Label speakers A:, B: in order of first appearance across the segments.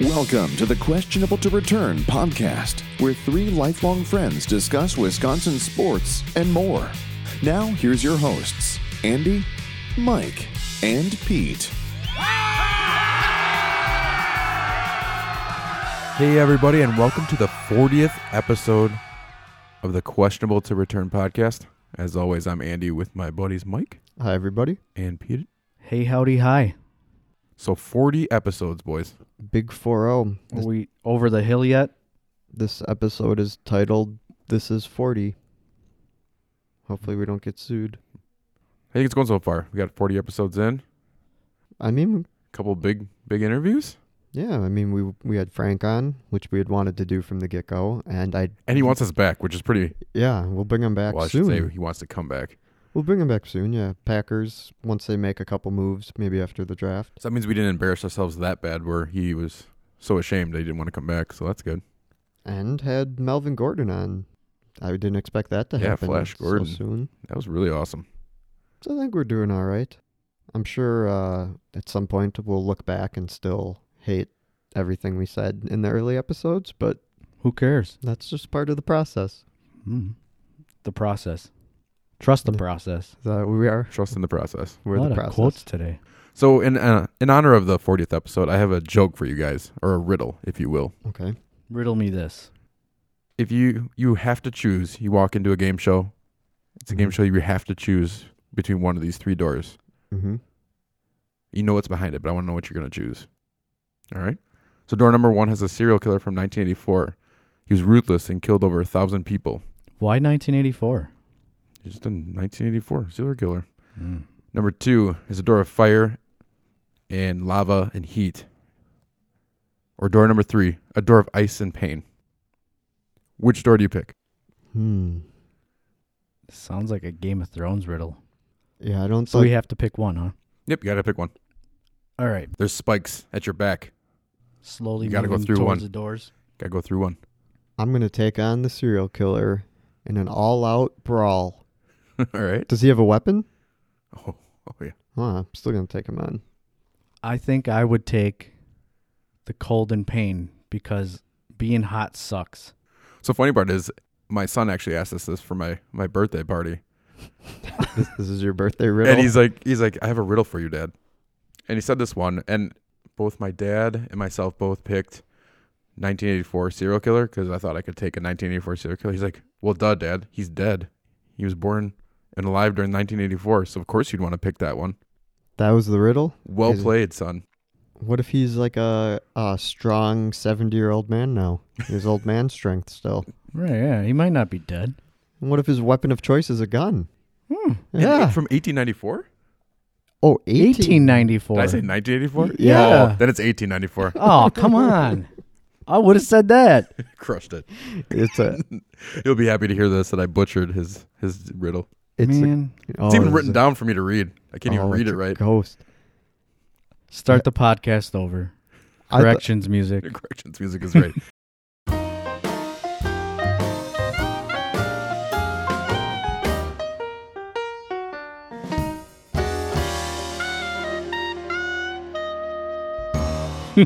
A: Welcome to the Questionable to Return podcast, where three lifelong friends discuss Wisconsin sports and more. Now, here's your hosts Andy, Mike, and Pete.
B: Hey, everybody, and welcome to the 40th episode of the Questionable to Return podcast. As always, I'm Andy with my buddies Mike
C: Hi, everybody.
B: and Pete.
D: Hey, howdy, hi.
B: So, 40 episodes, boys.
C: Big 4
D: Are
C: This,
D: we over the hill yet?
C: this episode is titled This is 40. Hopefully, we don't get sued.
B: I think it's going so far. We got 40 episodes in,
C: I mean,
B: a couple big, big interviews,
C: yeah, I mean, we we had Frank on, which we had wanted to do from the get go, and I,
B: and he wants us back, which is pretty.
C: yeah, we'll bring him back
B: Well, I should say
C: soon.
B: he wants to come back.
C: We'll bring him back soon, yeah. Packers, once they make a couple moves, maybe after the draft.
B: So, that means we didn't embarrass ourselves that bad where he was so ashamed that he didn't want to come back. So, that's good.
C: And had Melvin Gordon on. I didn't expect that to
B: Yeah,
C: happen
B: Flash
C: so
B: Gordon.
C: soon.
B: That was really awesome.
C: So I think we're doing all right. I'm sure uh, at some point we'll look back and still hate everything we said in the early episodes, but
D: Who cares? Hmm.
C: that's just part of the process.
D: The process. Trust the
C: Yeah.
D: process.
C: Is that what we are?
B: Trust in the process.
C: We're
D: a lot
C: the
D: of
C: process.
D: quotes today.
B: So, in uh, in honor of the 40th episode, I have a joke for you guys, or a riddle, if you will.
C: Okay.
D: Riddle me this.
B: If you you have to choose, you walk into a game show. It's a game show. You have to choose between one of these three doors.
C: Mm-hmm.
B: You know what's behind it, but I want to know what you're going to choose. All right. So, door number one has a serial killer from 1984. He was ruthless and killed over a thousand people.
D: Why 1984?
B: He's just a 1984 serial killer.
D: Hmm.
B: Number two is a door of fire and lava and heat. Or door number three, a door of ice and pain. Which door do you pick?
C: Hmm.
D: Sounds like a Game of Thrones riddle.
C: Yeah, I don't.
D: So
C: think-
D: we have to pick one, huh?
B: Yep, you gotta pick one.
D: All right.
B: There's spikes at your back.
D: Slowly
B: You gotta go
D: moving
B: through one.
D: towards the doors.
B: Gotta go through one.
C: I'm gonna take on the serial killer in an all-out brawl.
B: All right.
C: Does he have a weapon?
B: Oh, oh yeah.
C: Huh, I'm still gonna take him on.
D: I think I would take the cold and pain because being hot sucks.
B: So funny part is my son actually asked us this for my, my birthday party.
C: this, this is your birthday riddle.
B: And he's like he's like, I have a riddle for you, Dad. And he said this one and both my dad and myself both picked 1984 serial killer because I thought I could take a 1984 serial killer. He's like, well, duh, Dad, he's dead. He was born and alive during 1984, so of course you'd want to pick that one.
C: that was the riddle.
B: Well
C: Is it-
B: played, son.
C: What if he's like a, a strong 70 year old man now? His old man strength still.
D: Right, yeah. He might not be dead.
C: And what if his weapon of choice is a gun?
D: Hmm.
B: And
C: Yeah.
B: from 1894?
C: Oh, 18.
D: 1894.
B: Did I say 1984?
D: Yeah.
B: Oh, then it's 1894.
D: Oh, come on. I would have said that.
B: Crushed it.
C: It's a.
B: He'll be happy to hear this that I butchered his his riddle.
C: It's a-
D: Man,
C: oh,
B: It's even
C: it's
B: written
C: a-
B: down for me to read. I can't even
C: oh,
B: read
C: it's
B: it
C: a
B: right.
C: Ghost.
D: start the podcast over.
C: I th-
D: Corrections music.
B: Corrections music is right.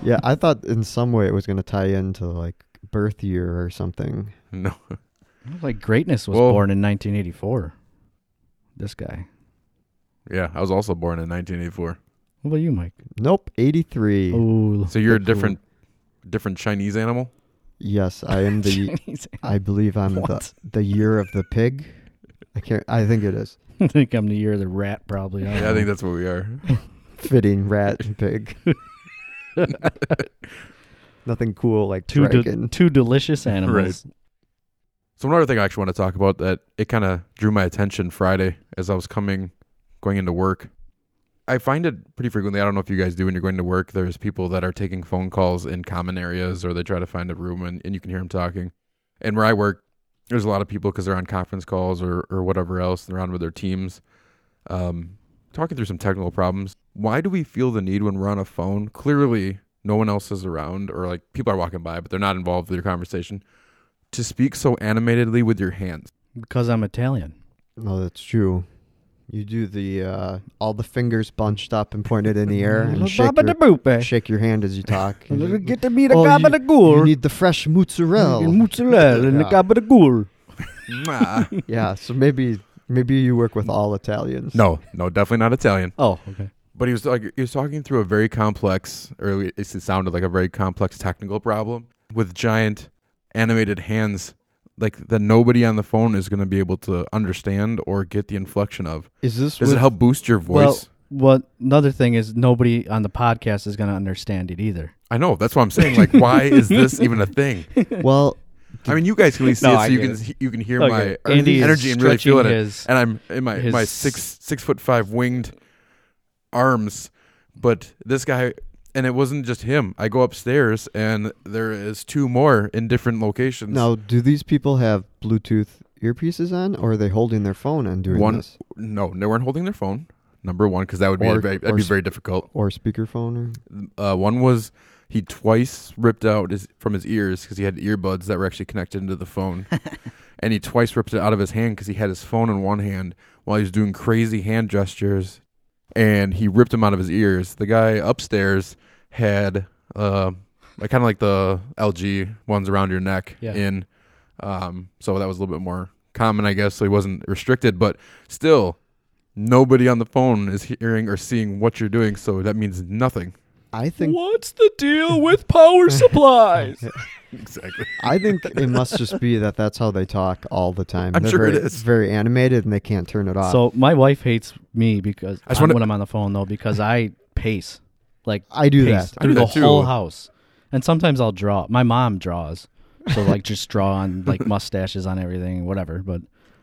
C: yeah, I thought in some way it was going to tie into like birth year or something.
B: no.
D: Like greatness was
B: Well-
D: born in 1984. This guy.
B: Yeah, I was also born in 1984.
D: What about you, Mike?
C: Nope, 83.
D: Oh,
B: So you're a
C: That's cool.
B: different different Chinese animal?
C: Yes, I am the. I believe I'm the,
D: What?
C: the year of the pig. I can't. I think it is.
D: I think I'm the year of the rat, probably.
B: Yeah, I think that's what we are.
C: Fitting rat and pig. Nothing cool like
D: two
C: dragon.
D: de- two delicious animals.
B: So another thing I actually want to talk about that it kind of drew my attention Friday as I was coming going into work. I find it pretty frequently. I don't know if you guys do when you're going to work. There's people that are taking phone calls in common areas, or they try to find a room and, and you can hear them talking. And where I work, there's a lot of people because they're on conference calls or or whatever else. They're on with their teams, um, talking through some technical problems. Why do we feel the need when we're on a phone? Clearly, no one else is around, or like people are walking by, but they're not involved with your conversation. To speak so animatedly with your hands.
D: Because I'm Italian.
C: No, that's true. You do the uh, all the fingers bunched up and pointed in the air and shake
D: Mm-hmm. Baba da
C: your,
D: boop, eh?
C: shake your hand as you talk.
D: Little Get me the
C: Oh,
D: gaba da
C: you
D: ghoul.
C: need the fresh mozzarella.
D: Mozzarella and the
C: Yeah.
D: gaba da ghoul.
B: Mwah.
C: yeah, so maybe maybe you work with all Italians.
B: no, no, definitely not Italian.
D: Oh, okay.
B: But he was like he was talking through a very complex, or it it sounded like a very complex technical problem with giant animated hands, like that nobody on the phone is going to be able to understand or get the inflection of.
C: Is this
B: Does
C: with,
B: it help boost your voice?
D: Well, well, another thing is nobody on the podcast is going to understand it either.
B: I know that's what I'm saying. Like, why is this even a thing?
C: well
B: I mean, you guys can at least see
D: No,
B: it,
D: I
B: so you
D: get
B: can he- you can hear
D: Okay.
B: my
D: Andy is
B: energy and really
D: stretching
B: feeling
D: his-
B: it. And I'm in my my
D: his-
B: six six foot five winged arms, but this guy, and it wasn't just him. I go upstairs, and there is two more in different locations.
C: now do these people have Bluetooth earpieces on or are they holding their phone and doing
B: One-
C: this?
B: no, they weren't holding their phone. Number one, because that would be
C: Or-
B: a very,
C: or
B: that'd be
C: s-
B: very difficult.
C: Or speakerphone or
B: Uh, one was he twice ripped out his from his ears because he had earbuds that were actually connected into the phone, and he twice ripped it out of his hand because he had his phone in one hand while he was doing crazy hand gestures, and he ripped him out of his ears. The guy upstairs had uh, like kind of like the LG ones around your neck
D: Yeah.
B: in, um, so that was a little bit more common, I guess. So he wasn't restricted, but still. Nobody on the phone is hearing or seeing what you're doing, so that means nothing.
C: I think
D: What's the deal with power supplies?
B: Exactly.
C: I think it must just be that that's how they talk all the time.
B: I'm
C: They're
B: sure it
C: very,
B: is.
C: very animated and they can't turn it off.
D: so my wife hates me because
B: I just
D: on-
B: wanna-
D: when I'm on the phone though because I pace like
C: I do
D: pace
C: that.
B: I do
D: through the
B: that, too.
D: whole house, and sometimes I'll draw. My mom draws, so like just draw on like mustaches on everything, whatever. But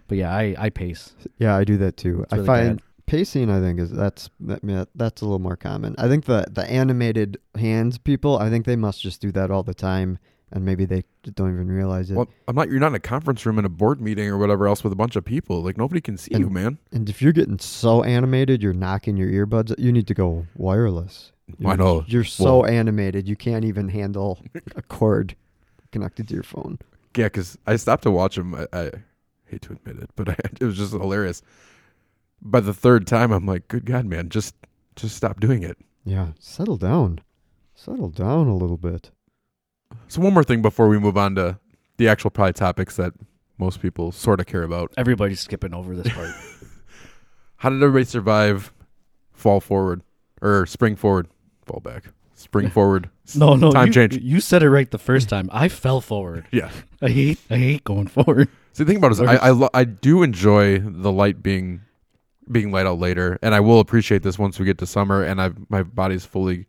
D: but yeah, I I pace.
C: Yeah, I do that too. I
D: really
C: find
D: bad.
C: pacing. I think is that's that, yeah, that's a little more common. I think the the animated hands people. I think they must just do that all the time, and maybe they don't even realize it.
B: Well, I'm not. You're not in a conference room in a board meeting or whatever else with a bunch of people. Like nobody can see
C: And-
B: you, man.
C: and if you're getting so animated, you're knocking your earbuds. You need to go wireless.
B: I know.
C: You're so
B: Well-
C: animated, you can't even handle a cord connected to your phone.
B: Yeah, because I stopped to watch him. I, I hate to admit it, but I, it was just hilarious. By the third time, I'm like, "Good God, man! Just, just stop doing it."
C: Yeah, settle down, settle down a little bit.
B: So one more thing before we move on to the actual probably topics that most people sort of care about.
D: Everybody's skipping over this part.
B: How did everybody survive fall forward or spring forward, fall back, spring forward?
D: no no
B: Time
D: you,
B: change.
D: You said it right the first time. I fell forward.
B: Yeah.
D: I hate I hate going forward.
B: See, the thing about it is, I, I, lo- I do enjoy the light being being light out later, and I will appreciate this once we get to summer and I've my body's fully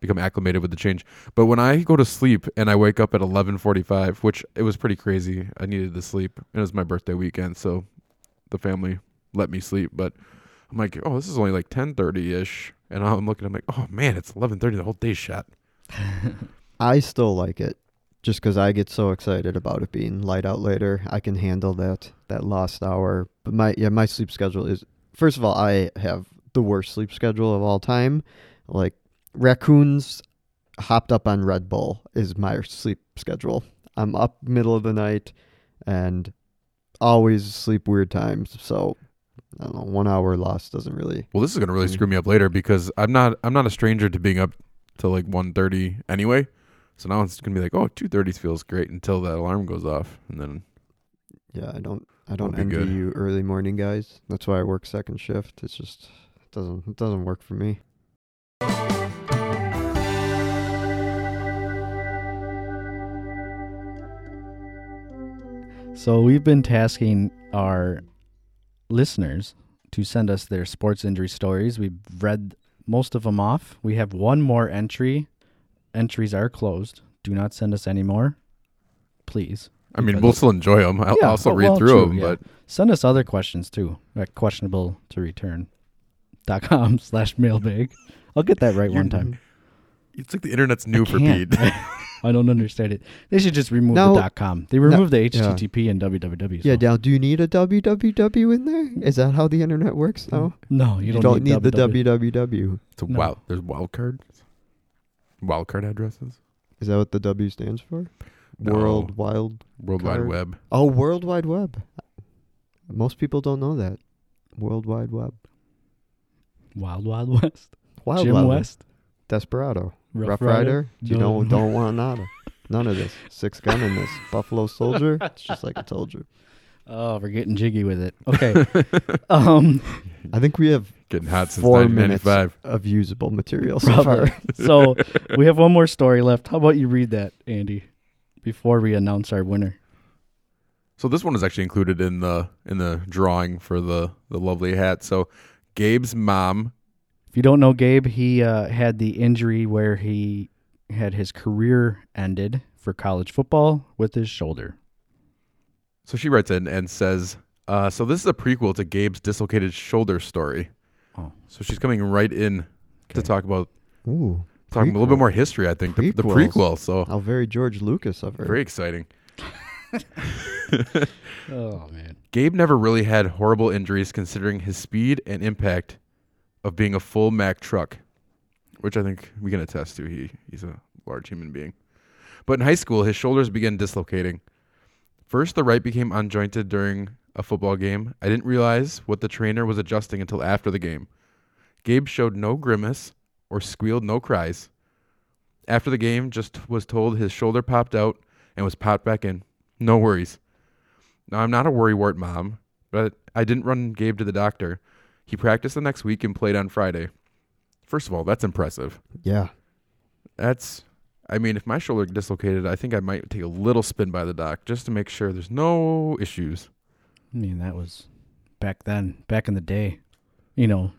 B: become acclimated with the change. But when I go to sleep and I wake up at eleven forty five, which it was pretty crazy. I needed to sleep. It was my birthday weekend, so the family let me sleep. But I'm like, oh, this is only like ten thirty ish, and I'm looking. I'm like, oh man, it's eleven thirty. The whole day's shot.
C: I still like it just because I get so excited about it being light out later. I can handle that that lost hour. But my yeah, my sleep schedule is first of all, I have the worst sleep schedule of all time. Like raccoons hopped up on Red Bull is my sleep schedule. I'm up middle of the night and always sleep weird times. So I don't know, one hour lost doesn't really
B: Well, this is gonna really
D: Hmm.
C: Mm.
B: screw me up later because I'm not I'm not a stranger to being up till like 1.30 anyway. So now it's gonna be like, oh, 2.30 feels great until that alarm goes off, and then
C: Yeah, I don't. I don't
B: be
C: envy
B: good.
C: you early morning guys. That's why I work second shift. It's just it doesn't it doesn't work for me.
D: So we've been tasking our listeners to send us their sports injury stories. We've read most of them off. We have one more entry. Entries are closed. Do not send us any more, please.
B: I mean
D: Because-
B: we'll still enjoy them. I'll
D: Yeah,
B: I'll still
D: oh,
B: read
D: well,
B: through
D: true,
B: them,
D: yeah.
B: but
D: Send us other questions too at questionable to return dot com slash mailbag. I'll get that right
B: You're
D: one time.
B: it's like the internet's new for
D: Can't.
B: Pete.
D: I don't understand it. They should just remove
C: No.
D: the dot com. They removed the
C: yeah.
D: HTTP and www.
C: Yeah,
D: so-
C: now do you need a www in there? Is that how the internet works now?
D: no, Mm, you,
C: You, don't, need, the
D: E.
C: www.
B: It's a
D: No.
B: wow. There's wild card. Wild card addresses.
C: Is that what the W stands for?
B: No.
C: World Wild.
B: World
C: Card.
B: Wide Web.
C: Oh, World Wide Web. Most people don't know that. World Wide Web.
D: Wild Wild West.
C: Wild
D: Jim
C: Wild Web.
D: West.
C: Desperado.
D: Rough,
C: Rough
D: Rider.
C: Rider. You
D: No.
C: don't don't want nada. None of this. Six gun in this. Buffalo Soldier. It's just like I told you.
D: Oh, we're getting jiggy with it. Okay. um,
C: I think we have
B: Getting hot since
C: four minutes
B: 1995.
C: of usable material so
D: Probably.
C: far.
D: so we have one more story left. How about you read that, Andy, before we announce our winner?
B: So this one is actually included in the in the drawing for the the lovely hat. So Gabe's mom.
D: If you don't know Gabe, he uh, had the injury where he had his career ended for college football with his shoulder.
B: So she writes in and says, uh, "So this is a prequel to Gabe's dislocated shoulder story."
D: Oh.
B: So she's coming right in to
D: Okay.
B: talk about
C: Ooh.
B: talking a little
C: prequel.
B: bit more history. I think the, the
C: Prequels.
B: prequel. So
C: How very George Lucas of her.
B: very exciting.
D: Oh man.
B: Gabe never really had horrible injuries considering his speed and impact of being a full Mack truck, which I think we can attest to. He he's a large human being. But in high school, his shoulders began dislocating. First, the right became unjointed during a football game. I didn't realize what the trainer was adjusting until after the game. Gabe showed no grimace or squealed no cries. After the game, just was told his shoulder popped out and was popped back in. No worries. Now, I'm not a worrywart mom, but I didn't run Gabe to the doctor. He practiced the next week and played on Friday. First of all, that's impressive.
C: Yeah.
B: That's, I mean, if my shoulder dislocated, I think I might take a little spin by the doc just to make sure there's no issues.
D: I mean, that was back then, back in the day. You know,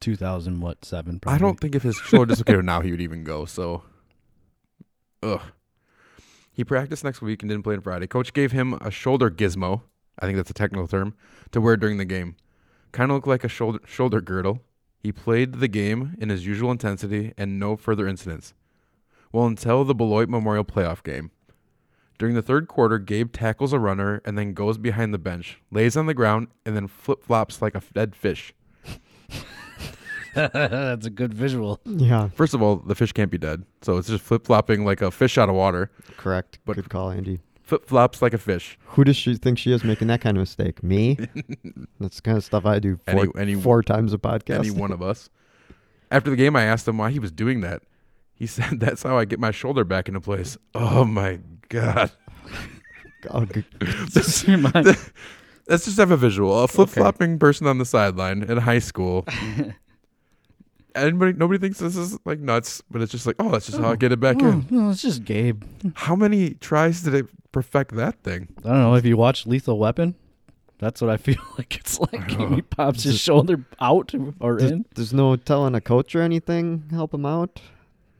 D: two thousand what seven? Probably.
B: I don't think if his shoulder dislocated now he would even go. So, ugh. He practiced next week and didn't play on Friday. Coach gave him a shoulder gizmo. I think that's a technical term to wear during the game. Kind of looked like a shoulder shoulder girdle. He played the game in his usual intensity and no further incidents. Well, until the Beloit Memorial Playoff game. During the third quarter, Gabe tackles a runner and then goes behind the bench, lays on the ground, and then flip flops like a dead fish.
D: That's a good visual.
C: Yeah.
B: First of all, the fish can't be dead, so it's just flip flopping like a fish out of water.
C: Correct.
B: But-
C: Good call, Andy.
B: Flip flops like a fish.
C: Who does she think she is making that kind of mistake? Me? That's the kind of stuff I do four,
B: Any- any-
C: four times a podcast.
B: Any one of us. After the game, I asked him why he was doing that. He said, "That's how I get my shoulder back into place." Oh my god!
C: Oh, good-
D: Just remind-
B: Let's just have a visual. A flip flopping person on the sideline in high school. Anybody, nobody thinks this is like nuts, but it's just like, oh, that's just how I get it back
D: Oh,
B: in.
D: no, it's just Gabe.
B: How many tries did it perfect that thing?
D: I don't know if you watch Lethal Weapon. That's what I feel like. It's like he pops his shoulder out or
C: there's,
D: in.
C: there's no telling a coach or anything. Help him out.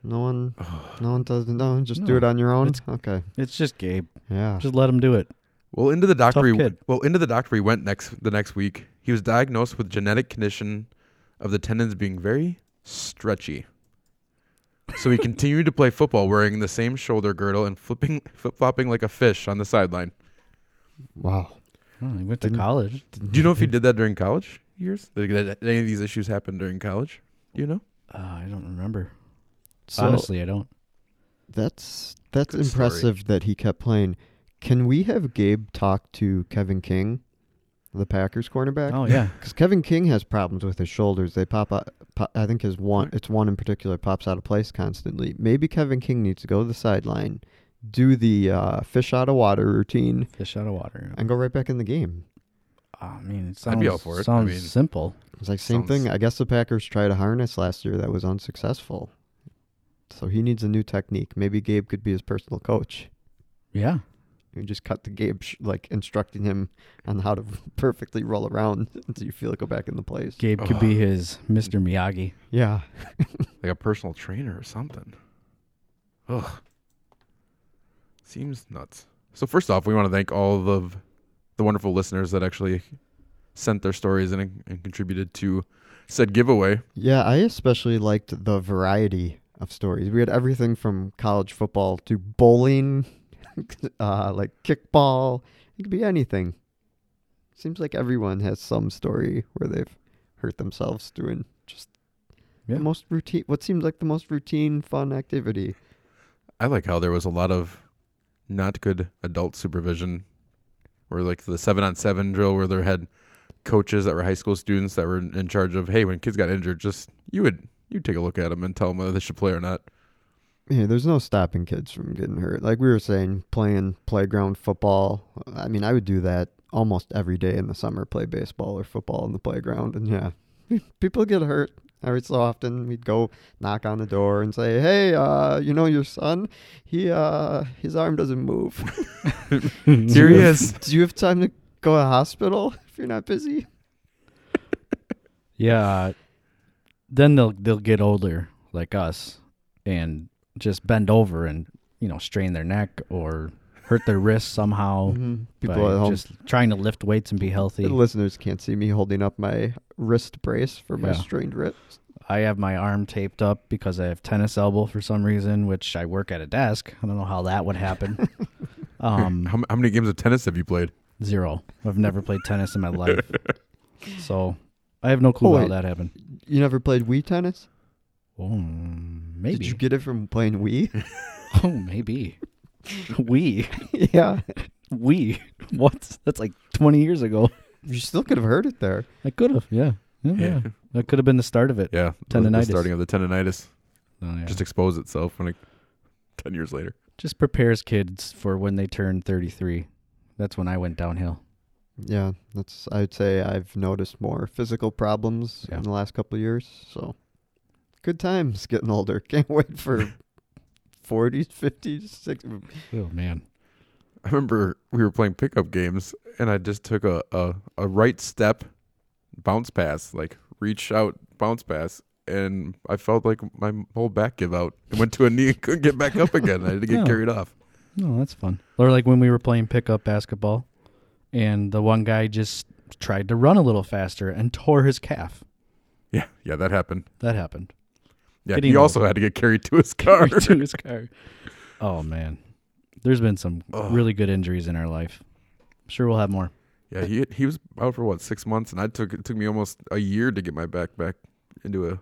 C: No one. No one does. No, one- just do
D: No,
C: it on your own.
D: it's-
C: Okay.
D: It's just Gabe.
C: Yeah.
D: Just let him do it.
B: Well, into the doctor.
D: Tough
B: He,
D: kid.
B: Well, into the doctor he went next the next week. He was diagnosed with genetic condition of the tendons being very stretchy. So he continued to play football wearing the same shoulder girdle and flipping flip flopping like a fish on the sideline.
C: Wow.
D: Oh, he went to
C: Didn't-
D: college.
B: Do you know if he did that during college years? Did, did any of these issues happen during college? Do you know?
D: Uh, I don't remember.
C: So
D: Honestly, I don't.
C: that's that's
B: Good story.
C: impressive that he kept playing. Can we have Gabe talk to Kevin King, the Packers cornerback?
D: Oh yeah.
C: Because Kevin King has problems with his shoulders. They pop out. Pop, I think his one.
B: Hmm.
C: It's one in particular pops out of place constantly. Maybe Kevin King needs to go to the sideline, do the uh, fish out of water routine,
D: Fish out of water.
C: and go right back in the game.
D: I mean, it sounds,
B: I'd be all for it. I
D: sounds
B: mean-
D: simple.
C: It's like same
B: Sounds-
C: thing. I guess the Packers tried a harness last year that was unsuccessful. So he needs a new technique. Maybe Gabe could be his personal coach.
D: Yeah.
C: You just cut to Gabe, sh- like instructing him on how to perfectly roll around until you feel it go back in the place.
D: Gabe could
B: Ugh.
D: be his Mr. Miyagi.
C: Yeah.
B: Like a personal trainer or something. Ugh. Seems nuts. So first off, we want to thank all of the wonderful listeners that actually sent their stories and, and contributed to said giveaway.
C: Yeah, I especially liked the variety of stories. We had everything from college football to bowling, uh, like kickball. It could be anything. Seems like everyone has some story where they've hurt themselves doing just
D: Yeah.
C: the most routine, what seems like the most routine fun activity.
B: I like how there was a lot of not good adult supervision, or like the seven on seven drill where they had coaches that were high school students that were in in charge of hey when kids got injured just you would you take a look at them and tell them whether they should play or not
C: Yeah, there's no stopping kids from getting hurt. Like we were saying, playing playground football. I mean, I would do that almost every day in the summer, play baseball or football in the playground. And yeah, people get hurt every so often. We'd go knock on the door and say, hey, uh, you know your son? He uh, His arm doesn't move.
B: here he is
C: do you have time to go to the hospital if you're not busy?
D: Yeah. uh, Then they'll they'll get older like us and just bend over and, you know, strain their neck or hurt their wrist somehow.
C: Mhm.
D: by
C: People at home.
D: Oh, just trying to lift weights and be healthy.
C: The listeners can't see me holding up my wrist brace for my
D: Yeah.
C: strained wrist.
D: I have my arm taped up because I have tennis elbow for some reason, which I work at a desk. I don't know how that would happen. um,
B: how, m- how many games of tennis have you played
D: zero. I've never played tennis in my life, so I have no clue
C: Oh,
D: how
C: wait.
D: that happened.
C: You never played Wii tennis?
D: Oh, maybe.
C: Did you get it from playing Wii?
D: oh, maybe. we
C: yeah.
D: we what? That's like twenty years ago.
C: You still could have heard it there.
D: I could have. Yeah. Yeah.
B: Yeah.
D: yeah. That could have been the start of it.
B: yeah the- the
D: Tendonitis.
B: starting of the tendonitis
D: Oh, yeah.
B: just expose itself when it, 10 years later
D: just prepares kids for when they turn thirty-three. That's when I went downhill.
C: Yeah, that's I'd say I've noticed more physical problems
D: Yeah.
C: in the last couple of years. So good times getting older. Can't wait for 40s, 50s, 60s.
D: Oh man.
B: I remember we were playing pickup games, and I just took a, a, a right step bounce pass, like reach out bounce pass, and I felt like my whole back give out. It went to a knee and couldn't get back up again. I had to get
D: Yeah.
B: carried off.
D: No, Oh, that's fun. Or like when we were playing pickup basketball, and the one guy just tried to run a little faster and tore his calf.
B: Yeah, yeah, that happened.
D: That happened.
B: Yeah,
D: Getting
B: he also
D: old.
B: had to get carried to his car.
D: to his car. Oh man, there's been some
B: Ugh.
D: really good injuries in our life. I'm sure we'll have more.
B: yeah, he he was out for what six months, and I took it took me almost a year to get my back back into a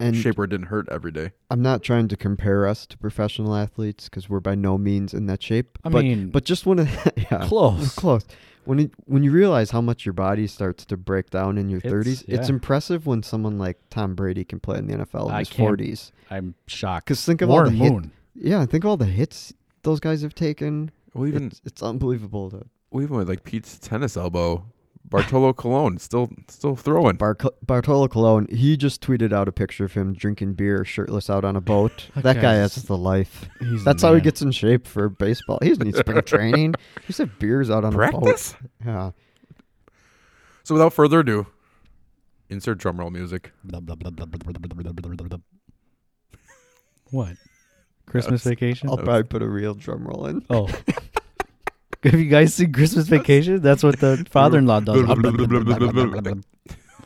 C: And
B: shape where it didn't hurt every day.
C: I'm not trying to compare us to professional athletes because we're by no means in that shape.
D: I
C: but,
D: mean, uh,
C: but just want to yeah,
D: close.
C: close. When it, when you realize how much your body starts to break down in your
D: It's-
C: 30s, it's
D: yeah.
C: impressive when someone like Tom Brady can play in the NFL in
D: I
C: his
D: can't-
C: 40s.
D: I'm shocked.
C: Because think of all the
D: Warren
C: hit,
D: Moon.
C: yeah, think of all the hits those guys have taken.
B: Well, even
C: it's, it's unbelievable. To
B: well, even with like Pete's tennis elbow, Bartolo Colon still still throwing.
C: Bar- Bartolo Colon, he just tweeted out a picture of him drinking beer, shirtless out on a boat. That
D: Okay.
C: guy has the life.
D: He's the
C: That's how he
D: man.
C: gets in shape for baseball. He doesn't need spring training. He said beers out on
B: Practice.
C: a boat. Yeah.
B: So without further ado, insert drumroll music.
D: Blah, blah, blah, blah, blah, blah, blah, blah, blah, blah, blah. What? Christmas vacation?
C: I'll probably put a real drum roll in.
D: Oh. Have you guys seen Christmas Vacation? That's what the father-in-law does.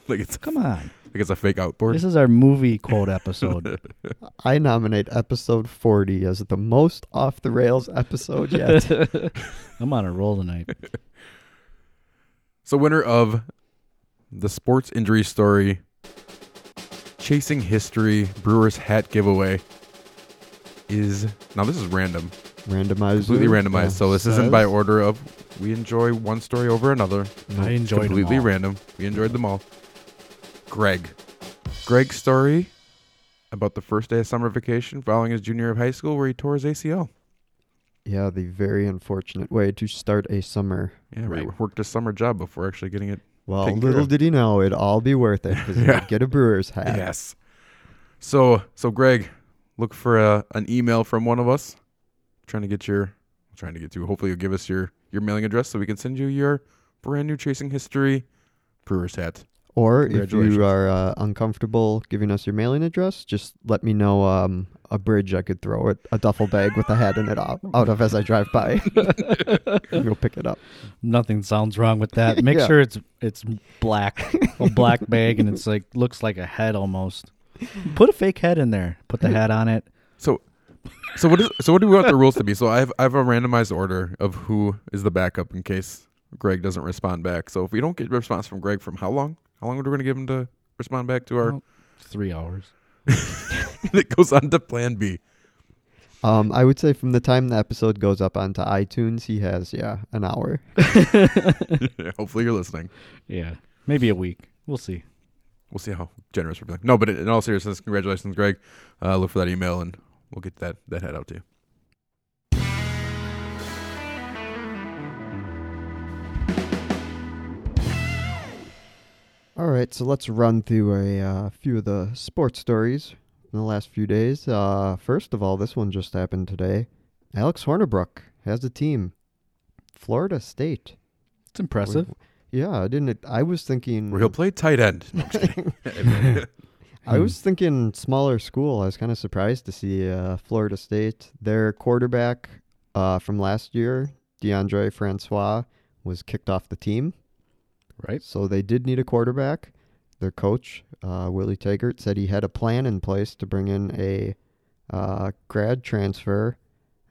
B: Like it's
D: Come on.
B: like it's a fake outboard.
D: This is our movie quote episode.
C: I nominate episode 40 as the most off the rails episode yet.
D: I'm on a roll tonight.
B: So winner of the sports injury story, chasing history, Brewers hat giveaway is now this is random,
C: randomized.
B: completely randomized.
C: Yeah.
B: So this isn't by order of we enjoy one story over another.
D: I
B: It's
D: enjoyed
B: completely
D: them all.
B: random. We enjoyed them all. Greg, Greg's story about the first day of summer vacation following his junior year of high school where he tore his ACL.
C: Yeah, the very unfortunate way to start a summer.
B: Yeah, we
D: Right.
B: worked a summer job before actually getting it.
C: Well,
B: Take care
C: little
B: of-
C: did he know it'd all be worth it because
B: Yeah.
C: he'd get a brewer's hat.
B: Yes. So, so Greg, look for uh an email from one of us. Trying to get your, trying to get to. Hopefully, you'll give us your your mailing address so we can send you your brand new Chasing History Brewers hat.
C: Or if
B: Congratulations.
C: you are uh, uncomfortable giving us your mailing address, just let me know um, a bridge I could throw it, a duffel bag with a hat in it out, out of as I drive by. and go pick it up.
D: Nothing sounds wrong with that. Make
C: Yeah.
D: sure it's it's black, a black bag, and it's like looks like a head almost. Put a fake head in there. Put the hat on it.
B: So, so what is so what do we want the rules to be? So I have I have a randomized order of who is the backup in case Greg doesn't respond back. So if we don't get a response from Greg from how long? How long are we going to give him to respond back to our?
D: Oh. Three hours.
B: it goes on to Plan B.
C: Um, I would say from the time the episode goes up onto iTunes, he has, yeah, an hour.
B: Hopefully, you're listening.
D: Yeah. Maybe a week. We'll see.
B: We'll see how generous we're being. No, but in all seriousness, congratulations, Greg. Uh, look for that email, and we'll get that that head out to you.
C: All right, so let's run through a uh, few of the sports stories in the last few days. Uh, first of all, this one just happened today. Alex Hornibrook has a team, Florida State.
D: It's impressive.
C: Yeah, I didn't. I was thinking.
B: Where he'll play tight end. No, I'm just kidding.
C: I was thinking smaller school. I was kind of surprised to see uh, Florida State. Their quarterback uh, from last year, DeAndre Francois, was kicked off the team.
D: Right.
C: So they did need a quarterback. Their coach, uh, Willie Taggart, said he had a plan in place to bring in a uh, grad transfer.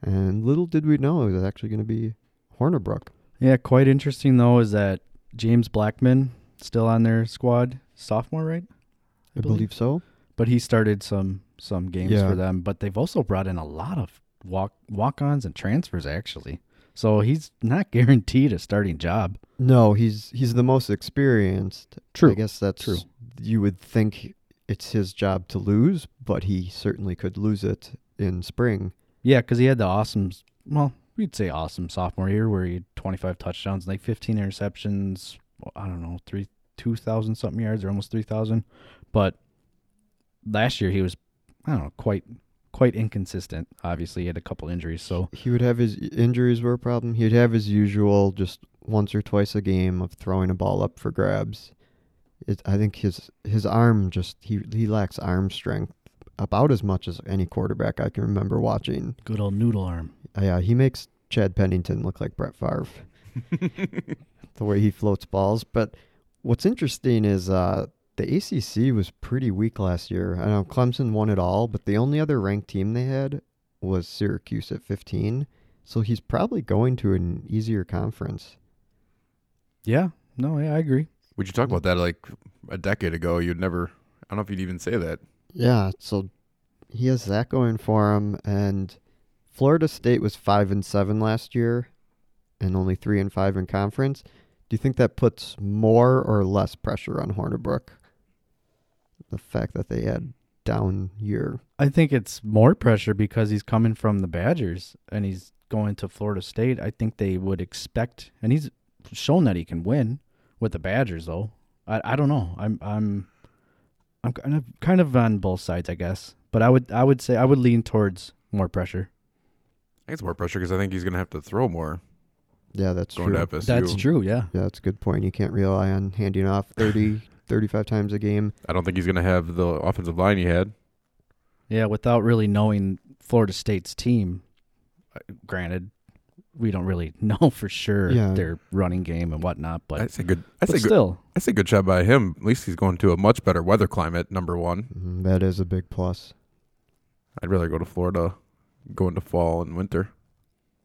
C: And little did we know it was actually going to be Hornerbrook.
D: Yeah, quite interesting though is that James Blackman still on their squad, sophomore, right?
C: I believe so.
D: But he started some some games
C: Yeah.
D: for them. But they've also brought in a lot of walk walk ons and transfers actually. So he's not guaranteed a starting job.
C: No, he's he's the most experienced.
D: True.
C: I guess that's
D: True.
C: You would think it's his job to lose, but he certainly could lose it in spring.
D: Yeah, because he had the awesome, well, we'd say awesome sophomore year where he had 25 touchdowns, like 15 interceptions. well, I don't know, three, 2,000 something yards or almost 3,000. But last year he was, I don't know, quite, quite inconsistent. Obviously, he had a couple injuries. So,
C: He would have his injuries were a problem. He'd have his usual just once or twice a game of throwing a ball up for grabs. It, I think his his arm just he he lacks arm strength about as much as any quarterback I can remember watching.
D: good old noodle arm.
C: Uh, yeah, he makes Chad Pennington look like Brett Favre. the way he floats balls. But what's interesting is uh, the ACC was pretty weak last year. I know Clemson won it all, but the only other ranked team they had was Syracuse at 15. So he's probably going to an easier conference.
D: Yeah. No, yeah, I agree.
B: Would you talk about that like a decade ago? You'd never. I don't know if you'd even say that.
C: Yeah, so he has that going for him. And Florida State was five and seven last year, and only three and five in conference. Do you think that puts more or less pressure on Hornibrook? The fact that they had down year.
D: I think it's more pressure because he's coming from the Badgers and he's going to Florida State. I think they would expect, and he's shown that he can win with the Badgers, though. I, I don't know. I'm I'm I'm kind of kind of on both sides, I guess. But I would I would say I would lean towards more pressure.
B: I think it's more pressure because I think he's going to have to throw more
C: Yeah, that's
B: going
C: true.
B: to FSU.
D: true. Yeah.
C: Yeah, that's a good point. You can't rely on handing off 30, 35 times a game.
B: I don't think he's going to have the offensive line he had.
D: Yeah. Without really knowing Florida State's team, Uh, granted, we don't really know for sure
C: Yeah.
D: their running game and whatnot. But,
B: I'd say good. I'd
D: but
B: say good.
D: still,
B: I'd say good job by him. At least he's going to a much better weather climate. Number one,
C: Mm, That is a big plus.
B: I'd rather go to Florida, go into fall and winter.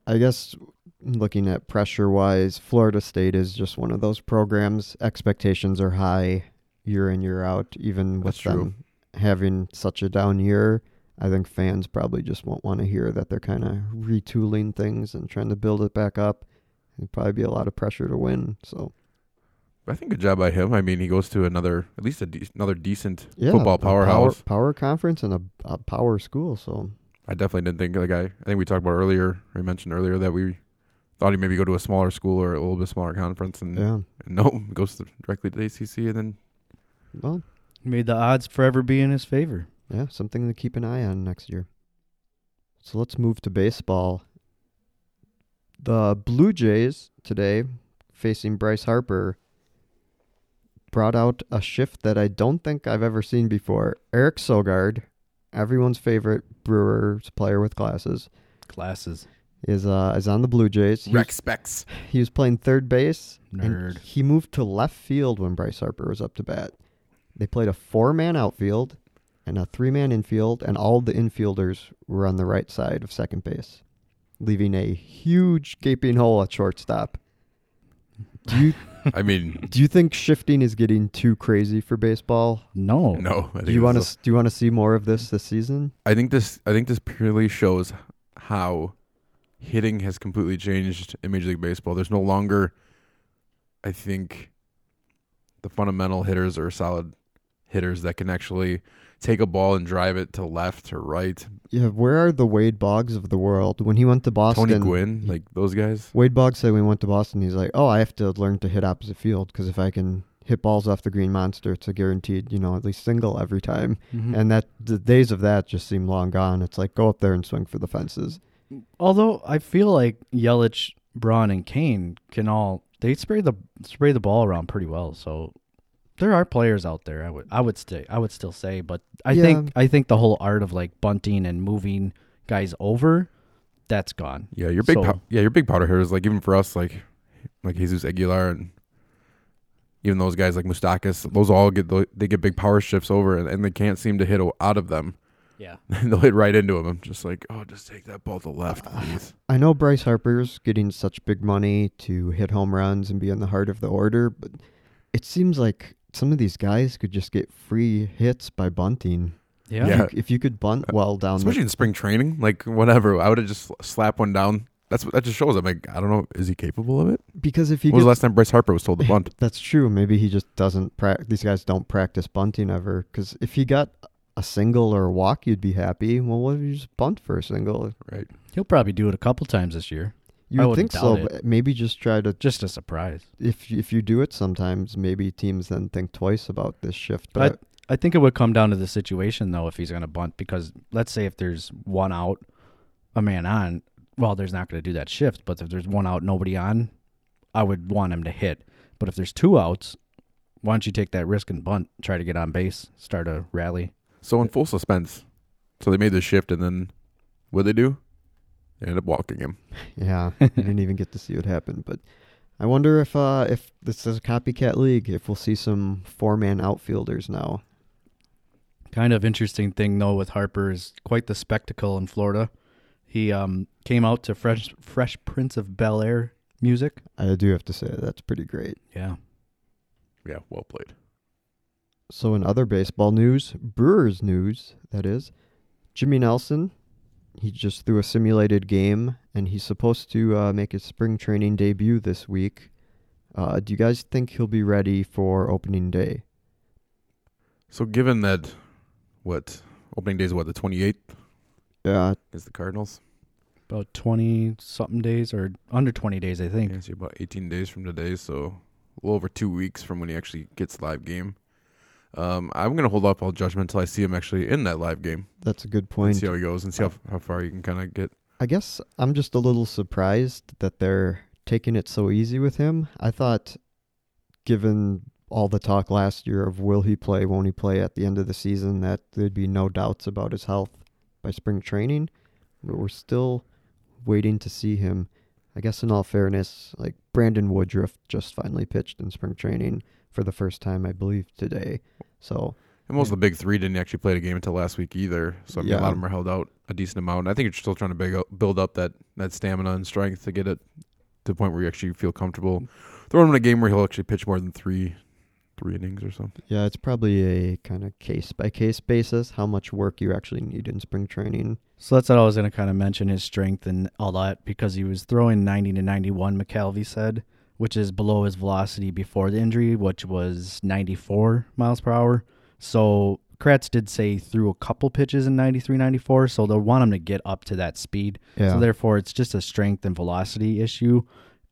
C: I guess looking at pressure wise, Florida State is just one of those programs. Expectations are high year in, year out, even with
B: That's true.
C: them having such a down year. I think fans probably just won't want to hear that they're kind of retooling things and trying to build it back up. It'd probably be a lot of pressure to win. So,
B: I think good job by him. I mean, he goes to another, at least a de- another decent
C: yeah.
B: football
C: a power-
B: powerhouse.
C: Power, conference and a, a power school. So,
B: I definitely didn't think like I. I think we talked about earlier. We mentioned earlier that we thought he maybe go to a smaller school or a little bit smaller conference, and,
C: yeah.
B: and no, goes to, directly to the ACC and then
C: Well,
D: made the odds forever be in his favor.
C: Yeah, something to keep an eye on next year. So let's move to baseball. The Blue Jays today, facing Bryce Harper, brought out a shift that I don't think I've ever seen before. Eric Sogard, everyone's favorite Brewers player with glasses,
D: Glasses.
C: is uh, is on the Blue Jays. He was-
B: specs.
C: he was playing third base. and
D: Nerd.
C: he moved to left field when Bryce Harper was up to bat. They played a four man outfield and a three man infield, and all the infielders were on the right side of second base, leaving a huge gaping hole at shortstop. Do you
B: I mean,
C: do you think shifting is getting too crazy for baseball?
D: No.
B: no. I think
C: Do Oh. you want
B: this is-
C: to do you want to see more of this this season?
B: I think this. I think this purely shows how hitting has completely changed in Major League Baseball. There's no longer, I think, the fundamental hitters are solid hitters that can actually take a ball and drive it to left or right.
C: Yeah, where are the Wade Boggs of the world? When he went to Boston,
B: Tony Gwynn, like those guys.
C: Wade Boggs said when he went to Boston, he's like, "Oh, I have to learn to hit opposite field because if I can hit balls off the green monster, it's a guaranteed, you know, at least single every time."
B: Mm-hmm.
C: And that the days of that just seem long gone. It's like go up there and swing for the fences.
D: Although I feel like Yelich, Braun, and Kane can all they spray the spray the ball around pretty well. So there are players out there. I would I would stay I would still say, but I
C: Yeah.
D: think I think the whole art of like bunting and moving guys over, that's gone.
B: Yeah, your big
D: So-
B: pow- yeah, your big powder hitters like even for us like like Jesus Aguilar and even those guys like Mustakis, those all get they get big power shifts over and, and they can't seem to hit o- out of them.
D: Yeah.
B: They'll hit right into him. I'm just like, oh, just take that ball to left, please.
C: I know Bryce Harper's getting such big money to hit home runs and be in the heart of the order, but it seems like some of these guys could just get free hits by bunting.
D: Yeah.
B: Yeah.
C: If you could bunt well down the
B: Especially in spring training, like whatever. I would have just slapped one down. That's what that just shows. I'm like, I don't know, is he capable of it?
C: because if you
B: When was
C: get
B: the last time Bryce Harper was told to bunt?
C: That's true. Maybe he just doesn't practice. These guys don't practice bunting ever. Because if he got a single or a walk, you'd be happy. Well, what if you just bunt for a single?
B: Right.
D: He'll probably do it a couple times this year.
C: You
D: I
C: would
D: wouldn't
C: think so,
D: doubt
C: but maybe just try to.
D: Just a surprise.
C: If if you do it sometimes, maybe teams then think twice about this shift.
D: I-
C: But
D: I think it would come down to the situation though if he's going to bunt because let's say if there's one out, a man on, well, there's not going to do that shift, but if there's one out, nobody on, I would want him to hit. But if there's two outs, why don't you take that risk and bunt, try to get on base, start a rally?
B: So in full suspense. So they made the shift and then what'd they do? They ended up walking him.
C: yeah, you didn't even get to see what happened. But I wonder if uh, if this is a copycat league, if we'll see some four man outfielders now.
D: Kind of interesting thing though with Harper is quite the spectacle in Florida. He um, came out to Fresh Fresh Prince of Bel Air music.
C: I do have to say that's pretty great.
D: Yeah.
B: Yeah, well played.
C: So, in other baseball news, Brewers news, that is, Jimmy Nelson, he just threw a simulated game and he's supposed to uh, make his spring training debut this week. Uh, do you guys think he'll be ready for opening day?
B: So given that what opening day is what, the twenty eighth
C: Uh,
B: is the Cardinals?
D: About 20 something days or under 20 days, I think.
B: Yeah, so about eighteen days from today, so a little over two weeks from when he actually gets live game. Um, I'm gonna hold off all judgment until I see him actually in that live game.
C: that's a good
B: And
C: point.
B: see how he goes and see how, how far you can kinda get.
C: I guess I'm just a little surprised that they're taking it so easy with him. I thought, given all the talk last year of will he play, won't he play at the end of the season, that there'd be no doubts about his health by spring training. But we're still waiting to see him. I guess, in all fairness, like Brandon Woodruff just finally pitched in spring training for the first time, I believe, today. So
B: And most of the big three didn't actually play the game until last week either. So I mean, a
C: Yeah.
B: lot of them are held out a decent amount. And I think you're still trying to big up, build up that, that stamina and strength to get it to the point where you actually feel comfortable. Throw him in a game where he'll actually pitch more than three three innings or something.
C: Yeah, it's probably a kind of case by case basis how much work you actually need in spring training.
D: So that's what I was going to kind of mention his strength and all that because he was throwing 90 to 91, McAlvey said, which is below his velocity before the injury, which was 94 miles per hour. So Kratz did say he threw a couple pitches in 93, 94. So they'll want him to get up to that speed.
C: Yeah.
D: So therefore, it's just a strength and velocity issue.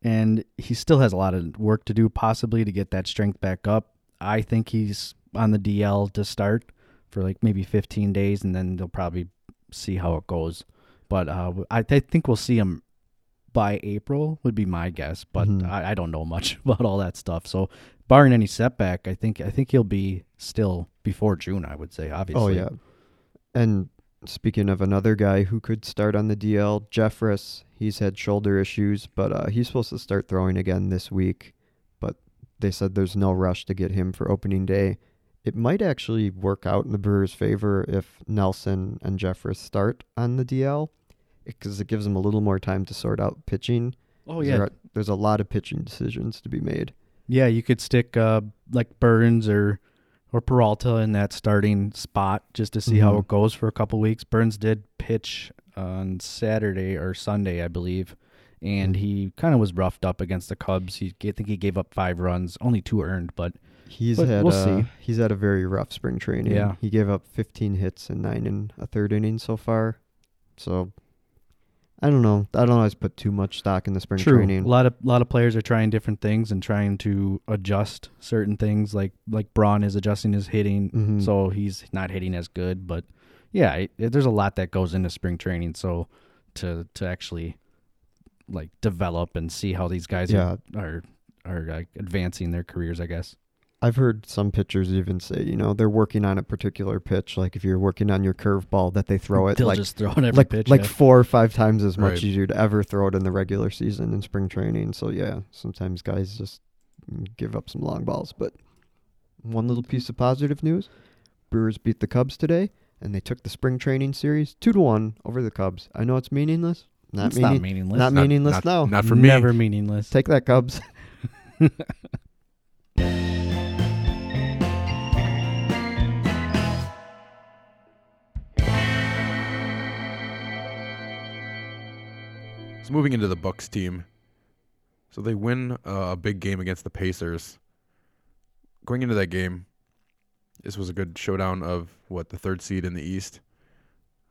D: And he still has a lot of work to do, possibly to get that strength back up. I think he's on the DL to start for like maybe 15 days, and then they'll probably see how it goes. But uh, I, I think we'll see him by April, would be my guess. But
C: Mhm.
D: I, I don't know much about all that stuff. So, barring any setback, I think I think he'll be still before June. I would say, obviously.
C: Oh yeah. And speaking of another guy who could start on the DL, Jeffress, he's had shoulder issues, but uh, he's supposed to start throwing again this week. But they said there's no rush to get him for opening day. It might actually work out in the Brewers' favor if Nelson and Jeffress start on the DL, because it gives them a little more time to sort out pitching.
D: Oh yeah.
C: There are- there's a lot of pitching decisions to be made.
D: Yeah, you could stick uh, like Burns or or Peralta in that starting spot just to see how
C: Mhm.
D: it goes for a couple weeks. Burns did pitch on Saturday or Sunday, I believe, and he kind of was roughed up against the Cubs. He I think he gave up five runs, only two earned, but
C: He's
D: But
C: had
D: we'll
C: a,
D: see.
C: he's had a very rough spring training.
D: Yeah.
C: He gave up 15 hits and nine and a third inning so far. So I don't know. I don't always put too much stock in the spring
D: A
C: training.
D: lot of lot of players are trying different things and trying to adjust certain things. Like like Braun is adjusting his hitting,
C: Mhm.
D: so he's not hitting as good. But yeah, it, it- there's a lot that goes into spring training. So to to actually like develop and see how these guys
C: Yeah,
D: are are, are like advancing their careers, I guess.
C: I've heard some pitchers even say, you know, they're working on a particular pitch. Like if you're working on your curveball, that they throw it
D: They'll
C: like
D: just throw it every
C: like
D: pitch.
C: like
D: yeah.
C: four or five times as much
B: Right.
C: as you'd ever throw it in the regular season in spring training. So yeah, sometimes guys just give up some long balls. But one little piece of positive news: Brewers beat the Cubs today, and they took the spring training series two to one over the Cubs. I know it's meaningless, not
D: it's
C: meaning,
D: not meaningless.
C: not meaningless
B: not,
C: now.
B: Not for me.
D: Never meaningless.
C: Take that, Cubs.
B: So moving into the Bucks team, so they win uh, a big game against the Pacers. Going into that game, this was a good showdown of what the third seed in the East.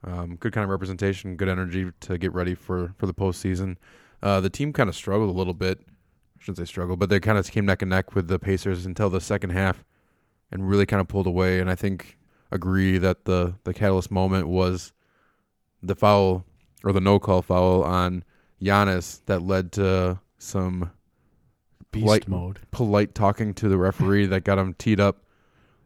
B: Um, good kind of representation, good energy to get ready for for the postseason. Uh, the team kind of struggled a little bit. I shouldn't say struggle, but they kind of came neck and neck with the Pacers until the second half, and really kind of pulled away. And I think agree that the the catalyst moment was the foul or the no call foul on Giannis that led to some
D: Beast
B: Like-
D: mode.
B: polite talking to the referee that got him teed up,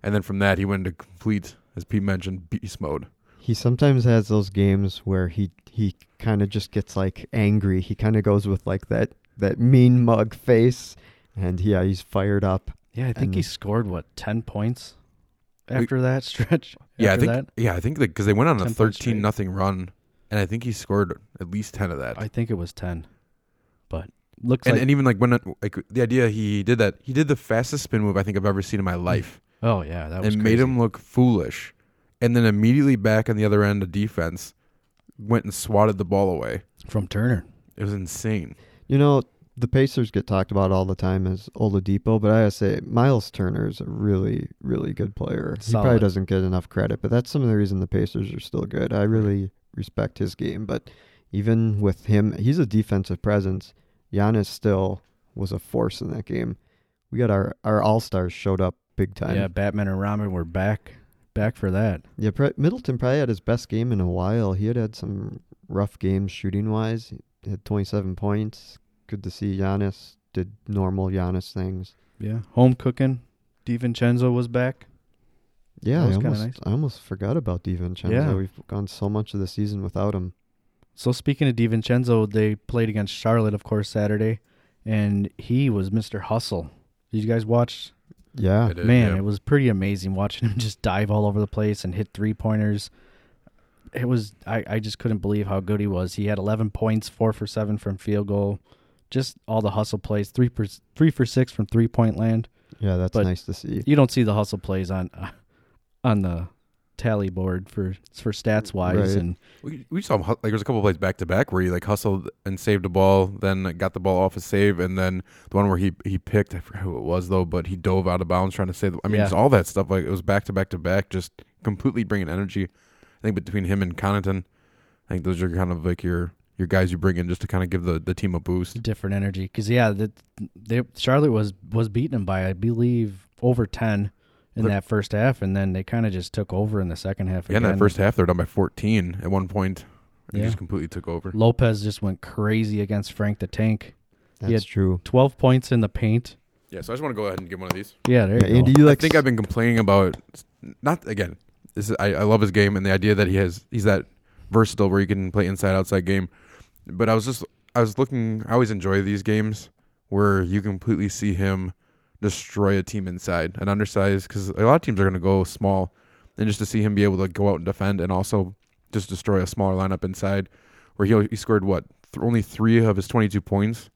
B: and then from that he went into complete, as Pete mentioned, beast mode.
C: He sometimes has those games where he he kind of just gets like angry. He kind of goes with like that that mean mug face, and yeah, he's fired up.
D: Yeah, I think he
C: And-
D: scored what ten points
B: We-
D: after that stretch.
B: yeah, I
D: after
B: think
D: that?
B: yeah, I think because they went on a
D: 10 points
B: thirteen nothing run, and I think he scored at least ten of that.
D: I think it was ten, but looks
B: and,
D: like
B: and even like when it- like the idea he did that he did the fastest spin move I think I've ever seen in my life,
D: oh yeah, that
B: and
D: was
B: made
D: crazy.
B: him look foolish, and then immediately back on the other end of defense, went and swatted the ball away.
D: from Turner.
B: It was insane.
C: You know, the Pacers get talked about all the time as Oladipo, but I gotta say, Miles Turner is a really, really good player. He probably
D: Solid.
C: doesn't get enough credit, but that's some of the reason the Pacers are still good. I really respect his game, but even with him, he's a defensive presence. Giannis still was a force in that game. We got our, our all stars showed up big time.
D: yeah, Batman and Robin were back, back for that.
C: Yeah, pr- Middleton probably had his best game in a while. He had had some rough games shooting wise. He had 27 points. Good to see Giannis did normal Giannis things.
D: Yeah, home cooking. DiVincenzo was back.
C: Yeah,
D: That
C: I
D: was kinda
C: almost,
D: nice.
C: I almost forgot about DiVincenzo.
D: Yeah.
C: We've gone so much of the season without him.
D: So speaking of DiVincenzo, they played against Charlotte, of course, Saturday, and he was Mister Hustle. Did you guys watch?
C: Yeah.
B: I did,
D: Ah, Man,
B: Uh, yeah.
D: it was pretty amazing watching him just dive all over the place and hit three pointers. It was I, I just couldn't believe how good he was. He had 11 points, four for seven from field goal, just all the hustle plays, three for three for six from three point land.
C: Yeah, that's
D: But-
C: nice to see.
D: You don't see the hustle plays on uh, on the tally board for for stats wise,
C: Right.
D: and
B: We, we saw him hu- like there's a couple plays back to back where he like hustled and saved a ball, then got the ball off a save, and then the one where he he picked I forgot who it was though, but he dove out of bounds trying to save. The, I mean,
D: Yeah.
B: it's all that stuff like it was back to back to back, just completely bringing energy. I think between him and Connaughton, I think those are kind of like your your guys you bring in just to kind of give the the team a boost.
D: different energy. Because yeah, that they Charlotte was was beating him by I believe over 10 in
B: They're-
D: that first half, and then they kind of just took over in the second half.
B: Yeah, in that
D: again.
B: first half they're down by 14 at one point. And
D: Yeah.
B: just completely took over.
D: Lopez just went crazy against Frank the Tank.
C: That's
D: yeah.
C: true.
D: 12 points in the paint.
B: Yeah, so I just want to go ahead and give one of these.
D: Yeah, there you
C: Yeah,
D: go.
C: Andy, you like
B: I think I've been complaining about not again. This is, I, I love his game and the idea that he has. He's that versatile where you can play inside outside game. But I was just I was looking. I always enjoy these games where you completely see him destroy a team inside an undersized because a lot of teams are going to go small and just to see him be able to go out and defend and also just destroy a smaller lineup inside where he he scored what th- only three of his twenty two points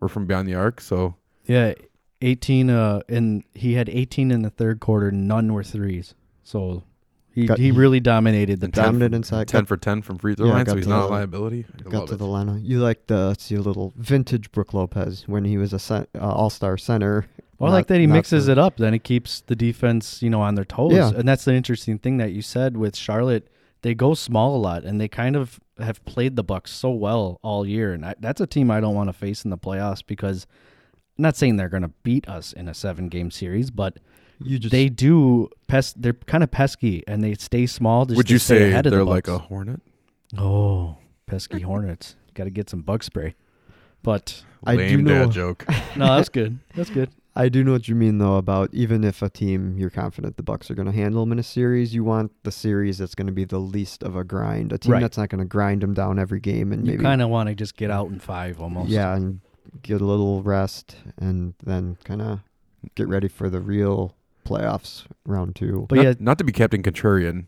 B: were from beyond the arc. So
D: Yeah, 18 uh and he had 18 in the third quarter, none were threes. So he
C: Got-
D: he really dominated the
B: And ten-
D: top.
C: dominant inside.
B: ten
C: Got,
B: for ten from free throw
C: Yeah, I
B: line, so
C: got
B: he's
C: to
B: not a
C: the-
B: liability. I
C: got
B: love
C: to
B: it.
C: the lineup. You like the see a little vintage Brooke Lopez when he was a cen- uh, all star center
D: Well, I
C: Not-
D: like that he
C: not
D: mixes
C: the-
D: it up. Then it keeps the defense, you know, on their toes.
C: Yeah.
D: And that's the interesting thing that you said with Charlotte. They go small a lot, and they kind of have played the Bucks so well all year. And I, that's a team I don't want to face in the playoffs because I'm not saying they're going to beat us in a seven game series, but
C: You just
D: they do. Pes- they're kind of pesky, and they stay small. Just
B: Would
D: to
B: you
D: stay
B: say
D: ahead of the
B: they're like a
D: Bucks.
B: hornet?
D: oh pesky Hornets? Got to get some bug spray. But
C: I do
B: Lame
C: know-
B: dad joke.
D: no, that's good. That's good.
C: I do know what you mean though about even if a team you're confident the Bucks are going to handle them in a series, you want the series that's going to be the least of a grind. A team
D: Right.
C: that's not going to grind them down every game and
D: You
C: maybe
D: kind of want to just get out in five almost.
C: yeah, and get a little rest and then kind of get ready for the real playoffs round 2.
D: But
B: not,
D: yeah,
B: not to be Captain Contrarian,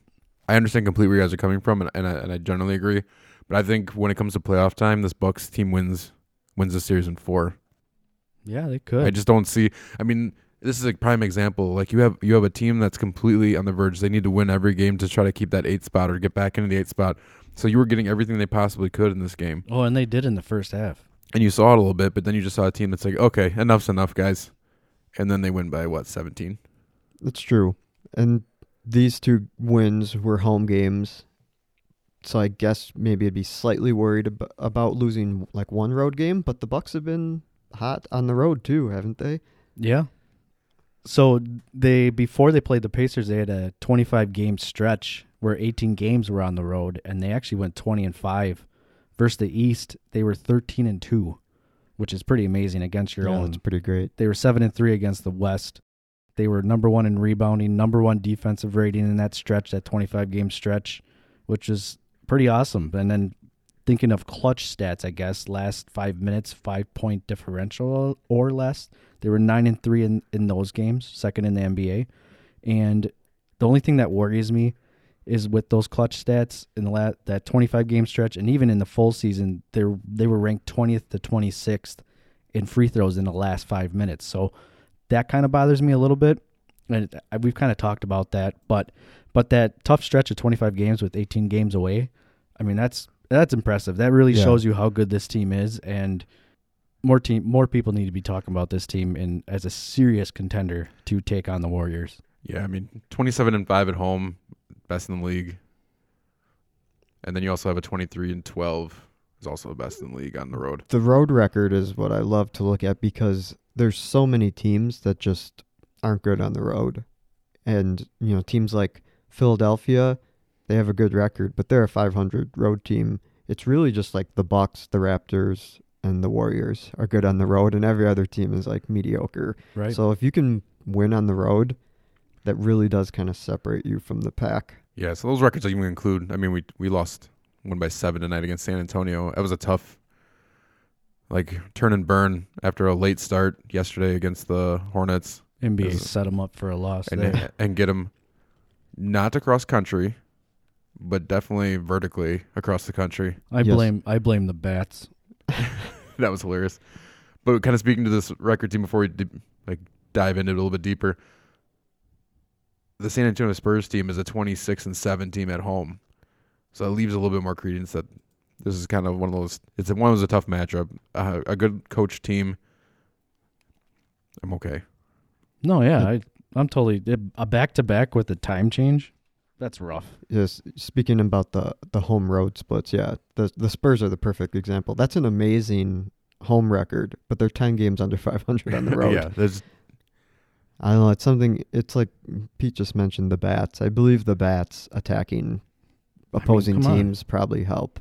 B: I understand completely where you guys are coming from, and, and, I, and I generally agree. But I think when it comes to playoff time, this Bucks team wins wins the series in four.
D: yeah, they could.
B: I just don't see. I mean, this is a prime example. Like you have you have a team that's completely on the verge. They need to win every game to try to keep that eight spot or get back into the eight spot. So you were getting everything they possibly could in this game,
D: oh, and they did in the first half.
B: and you saw it a little bit. But then you just saw a team that's like, okay, enough's enough, guys. And then they win by what seventeen?
C: That's true. And these two wins were home games. So I guess maybe I'd be slightly worried ab- about losing like one road game, but the Bucks have been hot on the road too, haven't they?
D: Yeah. So they before they played the Pacers, they had a 25 game stretch where 18 games were on the road, and they actually went 20 and five. Versus the East, they were 13 and two, which is pretty amazing against your
C: yeah,
D: own
C: that's pretty great.
D: They were seven and three against the West. They were number one in rebounding, number one defensive rating in that stretch, that twenty-five game stretch, which is pretty awesome. And then thinking of clutch stats, I guess last five minutes, five point differential or less. They were nine and three in in those games, second in the NBA. And the only thing that worries me is with those clutch stats in the la- that 25 game stretch and even in the full season they they were ranked 20th to 26th in free throws in the last 5 minutes. So that kind of bothers me a little bit and it- I- we've kind of talked about that, but but that tough stretch of 25 games with 18 games away, I mean that's that's impressive. That really
C: Yeah.
D: shows you how good this team is and more team more people need to be talking about this team in as a serious contender to take on the Warriors.
B: Yeah, I mean, 27 and 5 at home, best in the league. And then you also have a 23 and 12 is also the best in the league on the road.
C: The road record is what I love to look at because there's so many teams that just aren't good on the road. And, you know, teams like Philadelphia, they have a good record, but they're a 500 road team. It's really just like the Bucks, the Raptors, and the Warriors are good on the road and every other team is like mediocre.
D: Right.
C: So if you can win on the road, that really does kind of separate you from the pack.
B: Yeah, so those records don't even include. I mean, we we lost one by seven tonight against San Antonio. That was a tough, like turn and burn after a late start yesterday against the Hornets
C: uh,
D: NBA
B: Is-
D: set them up for a loss.
B: and
D: there.
B: and get them not across country, but definitely vertically across the country.
D: I
C: Yes.
D: blame I blame the bats.
B: that was hilarious. But kind of speaking to this record team before we d- like dive into it a little bit deeper, the San Antonio Spurs team is a 26 and 7 team at home, so that leaves a little bit more credence that this is kind of one of those. It's one was a tough matchup. Uh, a good coach team. I'm okay.
D: No, yeah, I, I'm totally a back to back with the time change. That's rough.
C: Yes, uh, speaking about the the home road splits, yeah, the the Spurs are the perfect example. That's an amazing home record, but they're ten games under five hundred on the road.
B: yeah, there's
C: I don't know. It's something. It's like Pete just mentioned the bats. I believe the bats attacking opposing
D: come on.
C: teams probably help.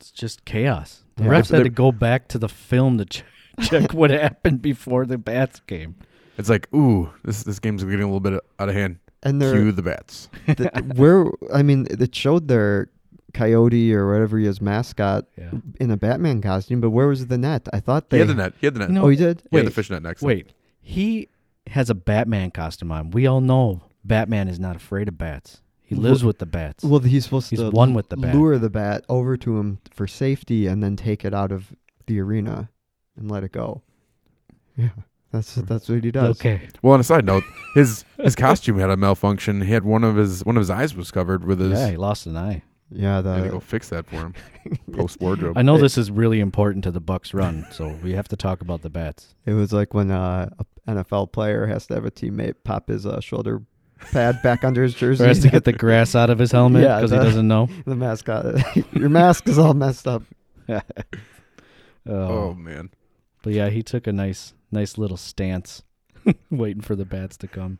D: It's just chaos. The
C: Yeah.
D: refs
B: They're-
D: had to go back to the film to ch- check what happened before the bats came.
B: it's like ooh, this this game's getting a little bit out of hand.
C: And they're
B: Cue the bats.
C: th- where I mean, it showed their coyote or whatever he is mascot
D: Yeah.
C: in a Batman costume, but where was the net? I thought
B: He
C: they.
B: had the net. He had the net.
D: No,
C: Oh, he did.
B: he had the
D: wait.
B: fishnet next. to him.
D: Wait, he has a Batman costume on. We all know Batman is not afraid of bats. He lives with the bats.
C: Well, he's supposed
D: He's
C: to
D: one with the bat.
C: lure the bat over to him for safety, and then take it out of the arena and let it go. Yeah, that's that's what he does.
D: okay.
B: Well, on a side note, his his costume had a malfunction. He had one of his one of his eyes was covered with his.
D: Yeah, he lost an eye.
C: Yeah,
B: I had to
C: the
B: go fix that for him. Post wardrobe.
D: I know this is really important to the Bucks run, so we have to talk about the bats.
C: It was like when uh, a- NFL player has to have a teammate pop his uh, shoulder pad back under his jersey.
D: For us to get the grass out of his helmet
C: Yeah,
D: because
C: the-
D: he doesn't know.
C: the mascot. Your mask is all messed up.
D: Oh.
B: Oh man.
D: But yeah, he took a nice, nice little stance, waiting for the bats to come.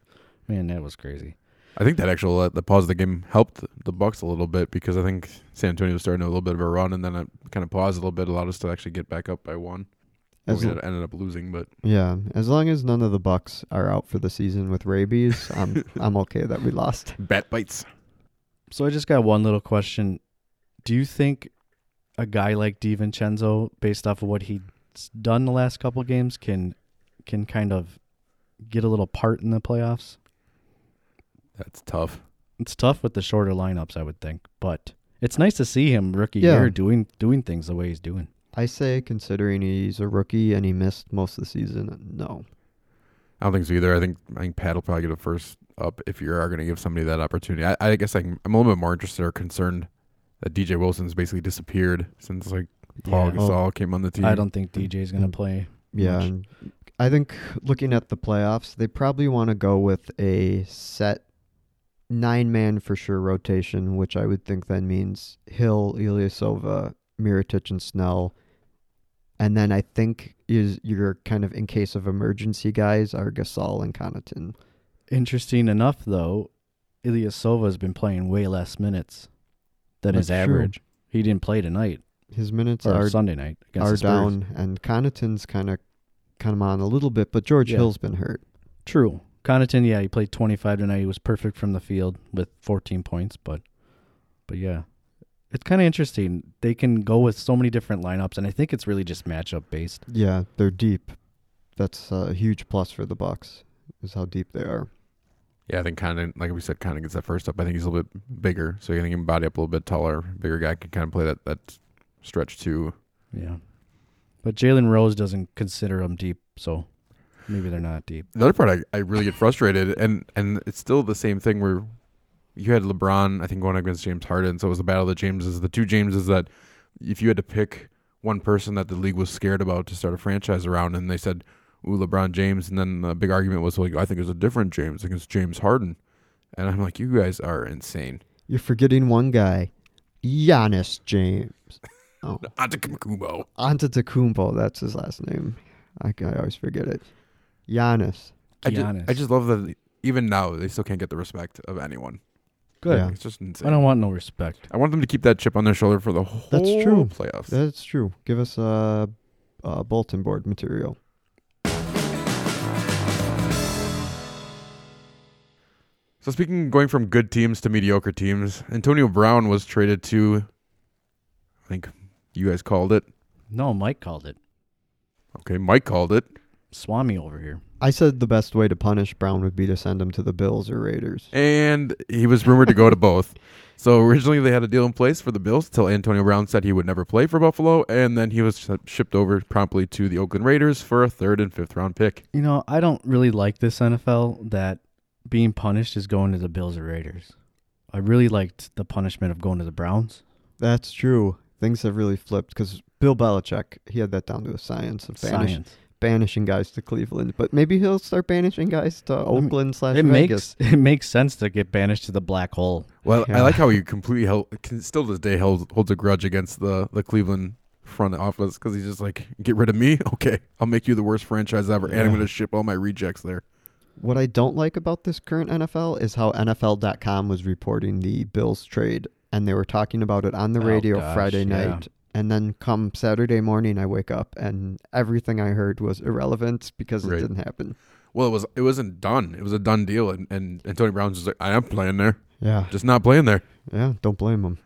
D: Man, that was crazy.
B: I think that actually uh, the pause of the game helped the Bucks a little bit because I think San Antonio was starting a little bit of a run, and then it kind of paused a little bit, allowed us to actually get back up by one.
C: As
B: we
C: l-
B: had- ended up losing, but
C: yeah, as long as none of the Bucks are out for the season with rabies, I'm I'm okay that we lost.
B: bat bites.
D: So I just got one little question. Do you think a guy like DiVincenzo, based off of what he's done the last couple games, can can kind of get a little part in the playoffs?
B: That's tough.
D: It's tough with the shorter lineups, I would think, but it's nice to see him rookie
C: Yeah.
D: year doing doing things the way he's doing.
C: I say, considering he's a rookie and he missed most of the season, no.
B: I don't think so either. I think I think Pat will probably get a first up if you are going to give somebody that opportunity. I, I guess I'm, I'm a little bit more interested or concerned that DJ Wilson's basically disappeared since like Paul
D: Yeah. Oh,
B: Gasol came on the team.
D: I don't think DJ's going to
C: Mm.
D: play.
C: Yeah,
D: much.
C: and I think looking at the playoffs, they probably want to go with a set nine man for sure rotation, which I would think then means Hill, Ilyasova, Miritich, and Snell. And then I think is your kind of in case of emergency guys are Gasol and Connaughton.
D: Interesting enough, though, Ilyasova has been playing way less minutes than his
C: That's true.
D: average. He didn't play tonight
C: His minutes
D: or
C: are
D: Sunday night against
C: are
D: the Spurs.
C: down, and Connaughton's kind of come on a little bit, but George
D: Yeah.
C: Hill's been hurt.
D: True. Connaughton, yeah, he played 25 tonight. He was perfect from the field with 14 points, but but yeah. It's kind of interesting. They can go with so many different lineups and I think it's really just matchup based.
C: Yeah, they're deep. That's a huge plus for the Bucks. Is how deep they are.
B: Yeah, I think kind of like we said, kind of gets that first up. I think he's a little bit bigger, so you think he can body up a little bit taller, bigger guy can kind of play that that stretch too.
D: Yeah. But Jalen Rose doesn't consider them deep, so maybe they're not deep.
B: The other part, I, I really get frustrated, and and it's still the same thing where you had LeBron, I think, going against James Harden, so it was the battle of the Jameses, the two Jameses that if you had to pick one person that the league was scared about to start a franchise around, and they said, "Ooh, LeBron James," and then the big argument was like, "I think it's a different James, I think it's James Harden," and I'm like, "You guys are insane."
C: You're forgetting one guy, Giannis James. Oh,
B: Antetokounmpo.
C: Antetokounmpo. That's his last name. I, I always forget it. Giannis.
B: I ju-
D: Giannis.
B: I just love that even now they still can't get the respect of anyone.
D: Good.
C: Yeah.
B: It's just insane.
D: I don't want no respect.
B: I want them to keep that chip on their shoulder for the whole
C: That's true.
B: playoffs.
C: That's true. Give us uh, uh, bulletin board material.
B: so speaking going from good teams to mediocre teams, Antonio Brown was traded to I think you guys called it.
D: No, Mike called it.
B: Okay, Mike called it.
D: Swami over here.
C: I said the best way to punish Brown would be to send him to the Bills or Raiders.
B: And he was rumored to go to both. So originally they had a deal in place for the Bills until Antonio Brown said he would never play for Buffalo, and then he was sh- shipped over promptly to the Oakland Raiders for a third and fifth round pick.
D: You know, I don't really like this NFL that being punished is going to the Bills or Raiders. I really liked the punishment of going to the Browns.
C: That's true. Things have really flipped because Bill Belichick, he had that down to a science of banish,
D: Science.
C: banishing guys to Cleveland, but maybe he'll start banishing guys to
D: mean,
C: Oakland slash
D: It
C: Vegas.
D: makes it makes sense to get banished to the black hole.
B: Well, I
C: Yeah.
B: like how he completely held, can, still to this day held, holds a grudge against the, the Cleveland front office because he's just like, get rid of me? Okay, I'll make you the worst franchise ever, and I'm
D: Yeah.
B: going to ship all my rejects there.
C: What I don't like about this current NFL is how NFL.com was reporting the Bills trade, and they were talking about it on the
D: Oh,
C: radio
D: gosh,
C: Friday
D: yeah.
C: night. And then come Saturday morning, I wake up and everything I heard was irrelevant because it
B: Right.
C: didn't happen.
B: Well, it was it wasn't done. It was a done deal, and, and Antonio Brown's just like, I am playing there,
C: Yeah,
B: just not playing there.
C: yeah, don't blame them.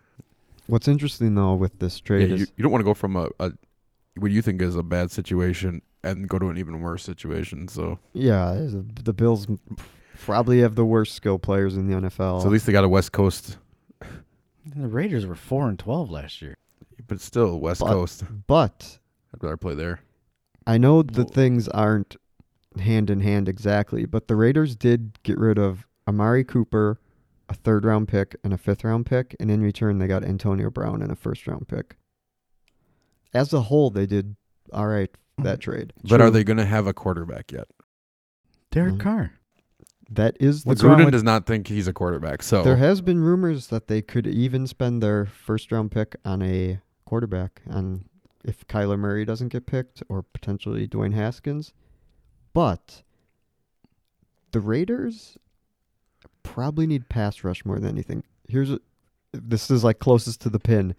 C: What's interesting though with this
B: Yeah,
C: trade
B: you,
C: is
B: you don't want to go from a, a what you think is a bad situation and go to an even worse situation. So,
C: Yeah, the the Bills m- probably have the worst skill players in the NFL.
B: so at least they got a West Coast,
D: The Raiders were four and twelve last year.
B: but still West
C: But-
B: Coast.
C: but
B: I'd rather play there.
C: I know the
D: Wh-
C: things aren't hand in hand exactly, but the Raiders did get rid of Amari Cooper, a third round pick, and a fifth round pick, and in return they got Antonio Brown and a first round pick. As a whole, they did all right that trade.
B: But are they going to have a quarterback yet?
D: Derek
C: Mhm.
D: Carr.
C: That is the
B: What's
C: ground-
B: Gruden does not think he's a quarterback. So
C: There has been rumors that they could even spend their first round pick on a quarterback on if Kyler Murray doesn't get picked or potentially Dwayne Haskins. But the Raiders probably need pass rush more than anything. Here's a, this is like closest to the pin.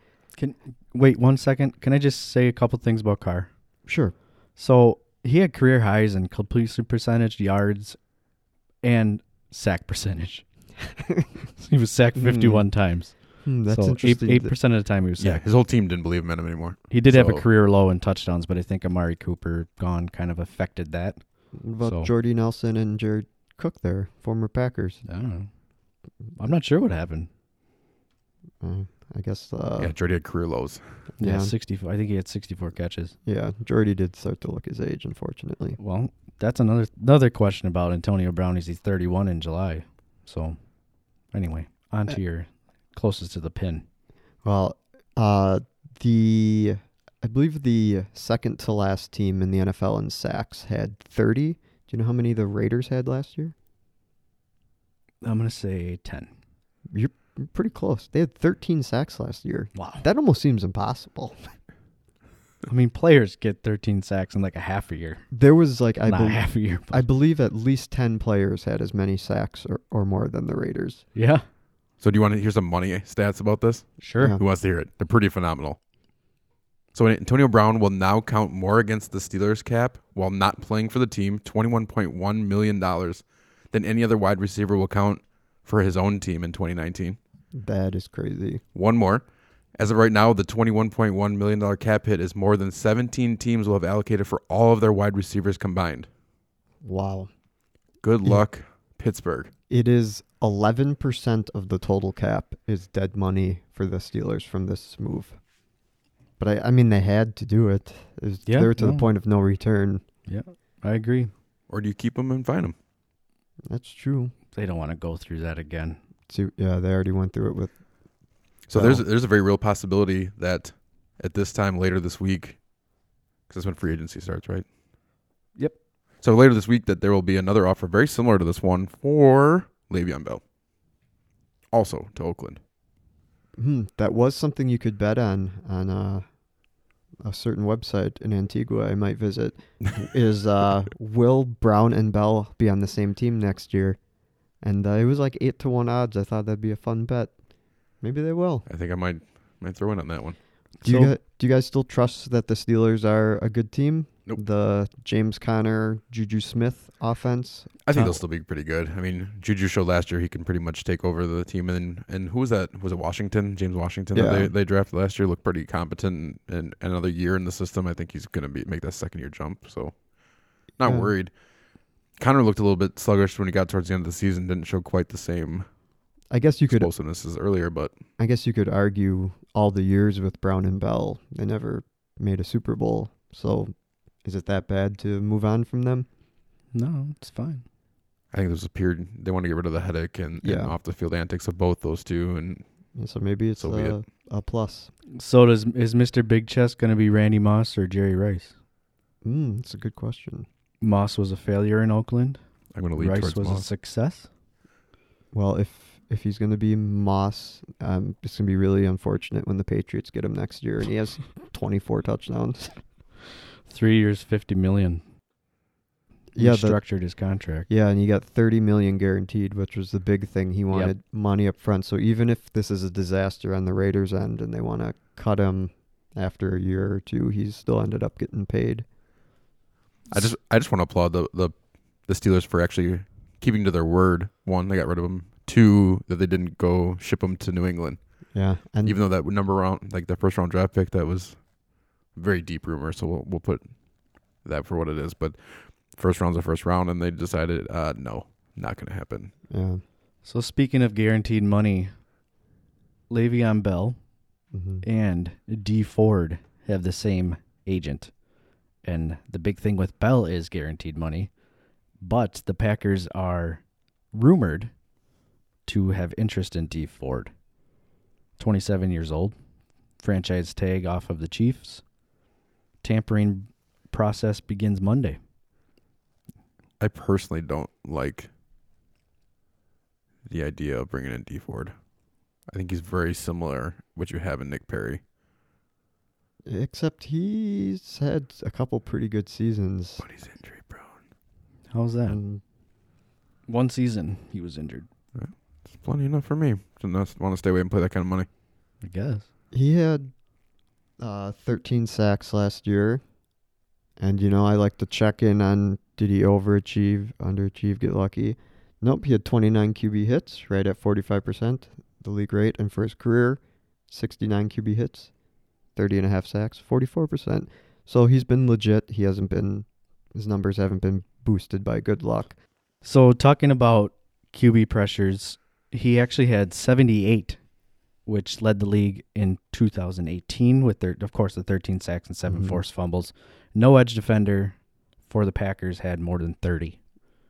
D: Wait one second. Can I just say a couple things about Carr?
C: Sure.
D: So he had career highs in completion percentage, yards, and sack percentage. he was sacked
C: Hmm.
D: 51 times.
C: Hmm, that's
D: so eight-
C: interesting.
D: Eight percent of the time he was
B: yeah,
D: sacked.
B: his whole team didn't believe him in him anymore.
D: He did have a
B: So-
D: career low in touchdowns, but I think Amari Cooper gone kind of affected that.
C: What about
D: so-
C: Jordy Nelson and Jared Cook there, former Packers?
D: I don't know. I'm not sure what happened.
C: Uh, I guess uh,
B: yeah, Jordy had career lows.
D: Yeah,
C: Yeah.
D: 64. I think he had 64 catches.
C: yeah, Jordy did start to look his age, unfortunately.
D: Well, that's another another question about Antonio Brown. Is he's 31 in July? So, anyway, on to your closest to the pin.
C: Well, uh, the I believe the second to last team in the NFL in sacks had 30. Do you know how many the Raiders had last year?
D: I'm gonna say 10.
C: Pretty close. They had 13 sacks last year.
D: Wow.
C: That almost seems impossible.
D: I mean, players get 13 sacks in like a half a year.
C: There was like I,
D: Not
C: bel-
D: half a year. but-
C: I believe at least 10 players had as many sacks or, or more than the Raiders.
D: yeah.
B: So do you want to hear some money stats about this?
D: Sure.
C: Yeah.
B: Who wants to hear it? They're pretty phenomenal. So Antonio Brown will now count more against the Steelers cap while not playing for the team, $21.1 million, than any other wide receiver will count for his own team in 2019.
C: That is crazy.
B: One more. As of right now, the $21.1 million cap hit is more than 17 teams will have allocated for all of their wide receivers combined.
C: Wow.
B: Good
C: Yeah.
B: luck, Pittsburgh.
C: It is 11% of the total cap is dead money for the Steelers from this move. But I, I mean, they had to do it. It was-
D: Yeah,
C: they were to the
D: no.
C: point of no return.
D: I agree.
B: Or do you keep them and find them?
C: That's true.
D: They don't want to go through that again.
C: See, yeah, they already went through it with.
B: So
C: Well-
B: there's there's a very real possibility that at this time later this week, because that's when free agency starts, right?
D: Yep.
B: So later this week, that there will be another offer very similar to this one for Le'Veon Bell, also to Oakland.
C: Hmm, that was something you could bet on on uh, a certain website in Antigua I might visit. is uh, will Brown and Bell be on the same team next year? And uh, it was like eight to one odds. I thought that'd be a fun bet. Maybe they will.
B: I think I might might throw in on that one.
C: Do you
D: So-
C: guys, do you guys still trust that the Steelers are a good team?
B: Nope.
C: The James Conner, Juju Smith offense.
B: I think
D: Oh.
B: they'll still be pretty good. I mean, Juju showed last year he can pretty much take over the team. And and who was that? Was it Washington? James Washington that
C: Yeah.
B: they, they drafted last year looked pretty competent. And another year in the system, I think he's going to be make that second year jump. So, not
C: Yeah.
B: worried. Connor looked a little bit sluggish when he got towards the end of the season. Didn't show quite the same
C: I guess you could.
B: explosiveness as earlier, but
C: I guess you could argue all the years with Brown and Bell, they never made a Super Bowl. So, is it that bad to move on from them?
D: No, it's fine.
B: I think there's a period they want to get rid of the headache and,
C: Yeah.
B: and off the field antics of both those two. And
C: And so maybe it's
B: So be
C: a, a plus.
D: So does is Mr. Big Chest going to be Randy Moss or Jerry Rice?
C: Mm, that's a good question.
D: Moss was a failure in Oakland.
B: I'm going to lead
D: Rice
B: towards
D: was a
B: Moss.
D: success.
C: Well, if if he's going to be Moss, um, it's going to be really unfortunate when the Patriots get him next year, and he has 24 touchdowns.
D: Three years, fifty million. He
C: Yeah, the-
D: structured his contract.
C: Yeah, and he got 30 million guaranteed, which was the big thing. He wanted money up front. So even if this is a disaster on the Raiders end and they want to cut him after a year or two, he's still ended up getting paid.
B: I just I just want to applaud the, the the Steelers for actually keeping to their word. One, they got rid of him. Two, that they didn't go ship him to New England,
C: Yeah. And
B: even though that number round, like the first round draft pick, that was very deep rumor. So we'll we'll put that for what it is. But first round's the first round, and they decided, uh, no, not going to happen.
C: yeah.
D: So speaking of guaranteed money, Le'Veon Bell
C: hmm
D: and D Ford have the same agent. And the big thing with Bell is guaranteed money, but the Packers are rumored to have interest in D Ford. 27 years old, franchise tag off of the Chiefs. Tampering process begins Monday.
B: I personally don't like the idea of bringing in D Ford. I think he's very similar what you have in Nick Perry,
C: Except he's had a couple pretty good seasons.
B: but he's injury prone.
D: How's that?
C: And
D: One season he was injured.
B: It's plenty enough for me to not want to stay away and play that kind of money.
D: I guess.
C: he had uh, 13 sacks last year. And, you know, I like to check in on did he overachieve, underachieve, get lucky. Nope, he had 29 QB hits, right at 45%, the league rate, and for his career, 69 QB hits, 30 and a half sacks, 44%. So he's been legit. He hasn't been, his numbers haven't been boosted by good luck.
D: So talking about QB pressures, he actually had 78, which led the league in 2018 with their, of course the 13 sacks and 7
C: Mhm.
D: forced fumbles. No edge defender for the Packers had more than 30.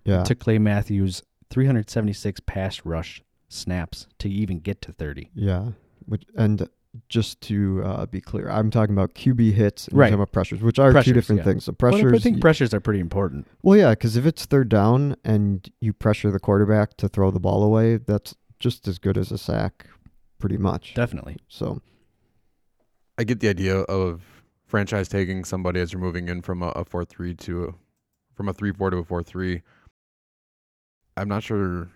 C: Yeah.
D: Took Clay Matthews 376 pass rush snaps to even get to 30.
C: Yeah, which and just to uh, be clear, I'm talking about QB hits and you're
D: Right.
C: talking about pressures, which are
D: Pressures,
C: two different
D: yeah.
C: things. So
D: But
C: pressures,
D: I think pressures are pretty important.
C: well, yeah, because if it's third down and you pressure the quarterback to throw the ball away, that's just as good as a sack, pretty much.
D: Definitely.
C: so
B: I get the idea of franchise taking somebody as you're moving in from a, a four three to a, from a three four to a four three. I'm not sure.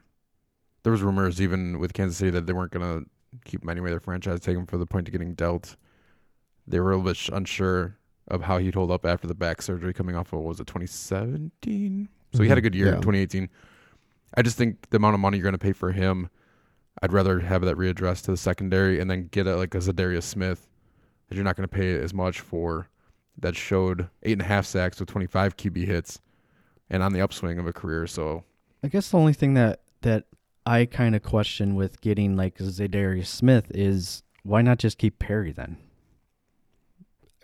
B: There was rumors even with Kansas City that they weren't gonna keep him anyway. Their franchise take him for the point of getting dealt. They were a little bit sh- unsure of how he'd hold up after the back surgery coming off of what was it 2017. So he had a
C: Mhm.
B: good year in
C: Yeah.
B: 2018. I just think the amount of money you're gonna pay for him, I'd rather have that readdressed to the secondary and then get a, like a Zadarius Smith that you're not going to pay as much for that showed eight and a half sacks with 25 QB hits and on the upswing of a career. So
D: I guess the only thing that that I kind of question with getting like Zadarius Smith is why not just keep Perry then?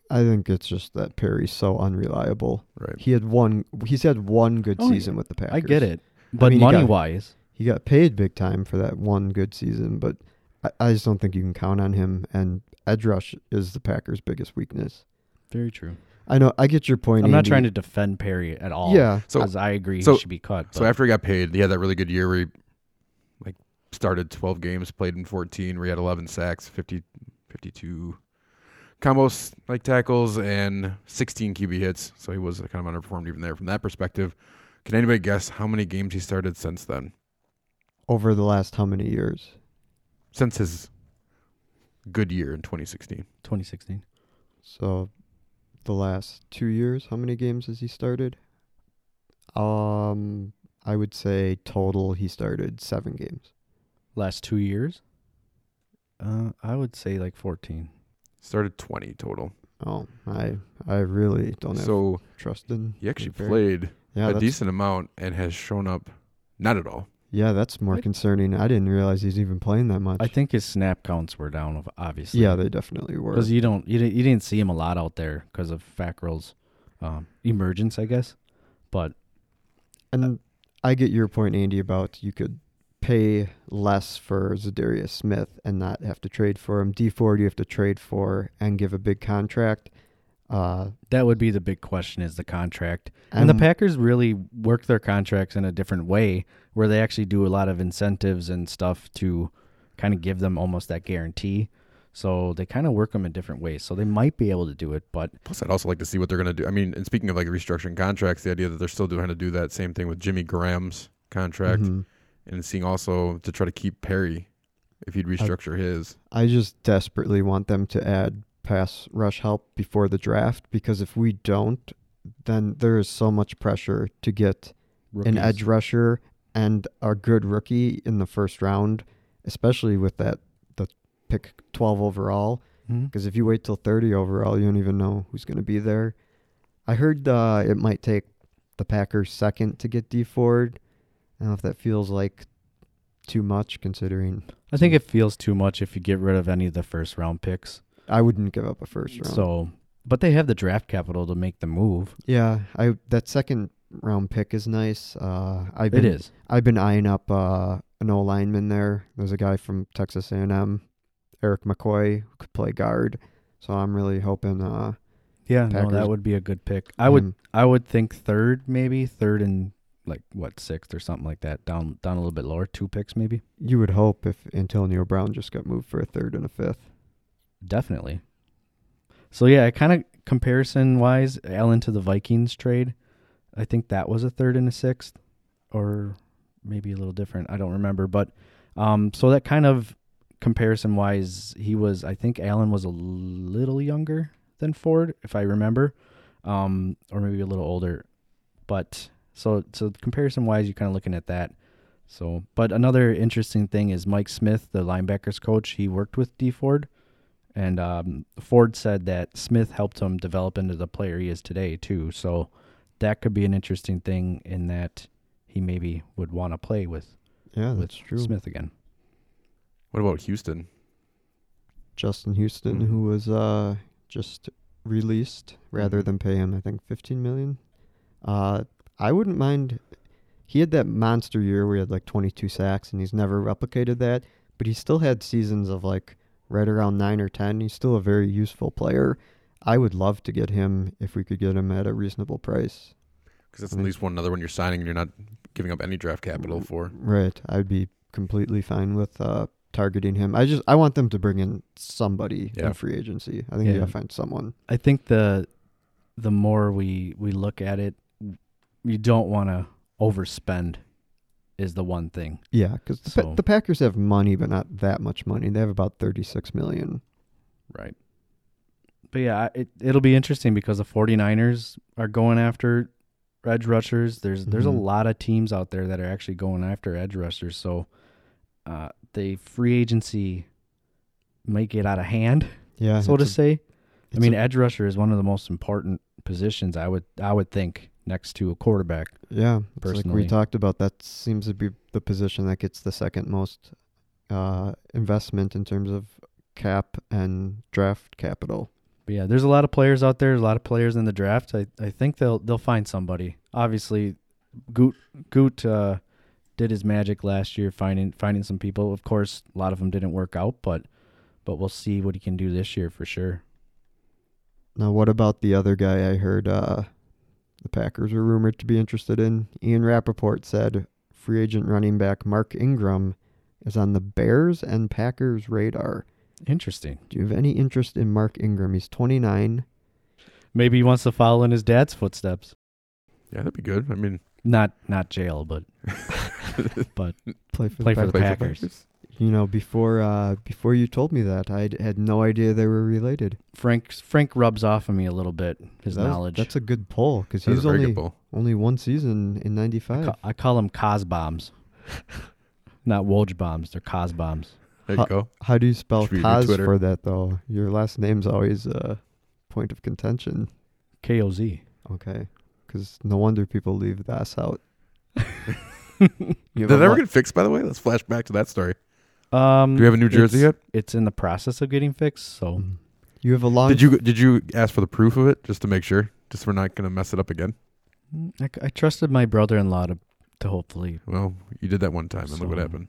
C: I think it's just that Perry's so unreliable.
B: Right.
C: He had one. He's had one good
D: Oh,
C: season with the Packers.
D: I get it, but
C: mean, you
D: money
C: got-
D: wise,
C: He got paid big time for that one good season, but I, I just don't think you can count on him. And edge rush is the Packers' biggest weakness.
D: very true.
C: I know. I get your point.
D: I'm not
C: Andy.
D: trying to defend Perry at all.
C: Yeah.
B: So-
D: because I agree
B: so-
D: he should be cut.
B: so
D: but-
B: after he got paid, he had that really good year where he like started 12 games, played in 14, where he had 11 sacks, 50, 52 combos like tackles and 16 QB hits. So he was kind of underperformed even there from that perspective. Can anybody guess how many games he started since then?
C: over the last how many years?
B: Since his good year in 2016.
D: 2016,
C: So the last 2 years, how many games has he started? Um I would say total he started 7 games.
D: last two years, uh, I would say like 14.
B: Started 20 total.
C: Oh, I I really don't have
B: So
C: trust in
B: He actually
C: Fair.
B: played
C: yeah,
B: a
C: that's,
B: decent amount and has shown up not at all.
C: Yeah, that's more
D: I-
C: concerning. I didn't realize he's even playing that much.
D: I think his snap counts were down, of- obviously.
C: yeah, they definitely were.
D: because you don't you, di- you didn't see him a lot out there because of Fackrell's um, emergence, I guess. But
C: And I get your point, Andy, about you could pay less for Zadarius Smith and not have to trade for him. D Ford, you have to trade for and give a big contract. Uh,
D: that would be the big question: is the contract And the Packers really work their contracts in a different way where they actually do a lot of incentives and stuff to kind of give them almost that guarantee. So they kind of work them in different ways. So they might be able to do it, but
B: Plus, I'd also like to see what they're going to do. I mean, and speaking of like restructuring contracts, the idea that they're still doing to do that same thing with Jimmy Graham's contract
C: Mhm.
B: and seeing also to try to keep Perry if he'd restructure his.
C: I just desperately want them to add pass rush help before the draft because if we don't, then there is so much pressure to get an edge rusher and a good rookie in the first round, especially with that the pick 12 overall.
D: Mhm.
C: Because if you wait till 30 overall, you don't even know who's going to be there. I heard uh, it might take the Packers second to get D Ford. I don't know if that feels like too much considering
D: I think it feels too much if you get rid of any of the first round picks.
C: I wouldn't give up a first round.
D: So, but they have the draft capital to make the move.
C: yeah, I that second round pick is nice. Uh, I've
D: It
C: been,
D: is.
C: I've been eyeing up uh, an O lineman there. There's a guy from Texas A&M, Eric McCoy, who could play guard. So I'm really hoping. Uh,
D: Yeah, no,
C: Packers-
D: that would be a good pick. I would
C: him-
D: I would think third maybe, third and like what sixth or something like that, down down a little bit lower, two picks maybe.
C: You would hope if Antonio Brown just got moved for a third and a fifth.
D: Definitely. So yeah, kind of comparison wise, Allen to the Vikings trade, I think that was a third and a sixth, or maybe a little different. I don't remember, but um, so that kind of comparison wise, he was. I think Allen was a little younger than Ford, if I remember, um, or maybe a little older. But so so comparison wise, you're kind of looking at that. So, but another interesting thing is Mike Smith, the linebackers coach. He worked with D Ford, and um, Ford said that Smith helped him develop into the player he is today too. So, that could be an interesting thing in that he maybe would want to play with
C: Yeah,
D: with
C: that's true.
D: Smith again.
B: What about Houston?
C: Justin Houston,
D: Mm-hmm.
B: Mhm.
C: who was uh, just released rather
D: Mm-hmm.
B: Mhm.
C: than pay him, I think fifteen million. Uh, I wouldn't mind. He had that monster year where he had like twenty two sacks, and he's never replicated that. But he still had seasons of like right around nine or ten. He's still a very useful player. I would love to get him if we could get him at a reasonable price.
B: Because that's
C: I
B: at
C: mean-
B: least one another one you're signing and you're not giving up any draft capital for.
C: Right, I'd be completely fine with uh, targeting him. I just I want them to bring in somebody
B: Yeah.
C: in free agency. I think you
D: Yeah.
C: gotta find someone.
D: I think the the more we we look at it, you don't want to overspend is the one thing.
C: Yeah, because the, Pa-
D: So-
C: the Packers have money, but not that much money. They have about thirty-six million.
D: Right. But yeah, I- it it'll be interesting because the 49ers are going after edge rushers. There's there's a
C: Mhm.
D: lot of teams out there that are actually going after edge rushers. So uh the free agency might get out of hand,
C: Yeah,
D: so to
C: it's a-
D: say. I
C: it's
D: mean,
C: a-
D: edge rusher is one of the most important positions I would I would think next to a quarterback.
C: yeah, it's like we
D: personally.
C: talked about, that seems to be the position that gets the second most uh, investment in terms of cap and draft capital.
D: But yeah, there's a lot of players out there, a lot of players in the draft. I, I think they'll they'll find somebody. Obviously, Goot Goot uh, did his magic last year finding finding some people. Of course, a lot of them didn't work out, but but we'll see what he can do this year for sure.
C: Now, what about the other guy? I heard uh, the Packers are rumored to be interested in. Ian Rappaport said free agent running back Mark Ingram is on the Bears and Packers radar.
D: Interesting.
C: Do you have any interest in Mark Ingram? He's 29.
D: Maybe he wants to follow in his dad's footsteps.
B: Yeah, that'd be good. I mean,
D: Not not jail, but
C: Play for the
D: Play for
C: Packers.
B: play
D: the
B: for
D: Packers.
C: You know, before uh, before you told me that, I had no idea they were related.
D: Frank Frank rubs off on me a little bit his
C: That was-
D: knowledge.
C: That's a good pull because
B: That was
C: he's
B: a very
C: only
B: good bowl.
C: only one season in '95.
D: Ca- I call them cos bombs, not Woj bombs. They're cos bombs.
B: There
C: Huh.
B: you go.
C: How do you spell
B: Should we do
C: cause
B: Twitter?
C: for that though? Your last name's always a point of contention.
D: K O Z.
C: Okay, because no wonder people leave the s out. You
B: Did
C: have
B: that
C: a
B: ever
C: lot-
B: get fixed, by the way? Let's flash back to that story.
D: Um,
B: Do we have a New Jersey yet?
D: it's- It's in the process of getting fixed. So
C: Mm. You have a long.
B: Did you did you ask for the proof of it just to make sure? Just we're not gonna mess it up again.
D: Mm, I, I trusted my brother-in-law to, to hopefully.
B: Well, you did that one time, and look what
D: So-
B: happened.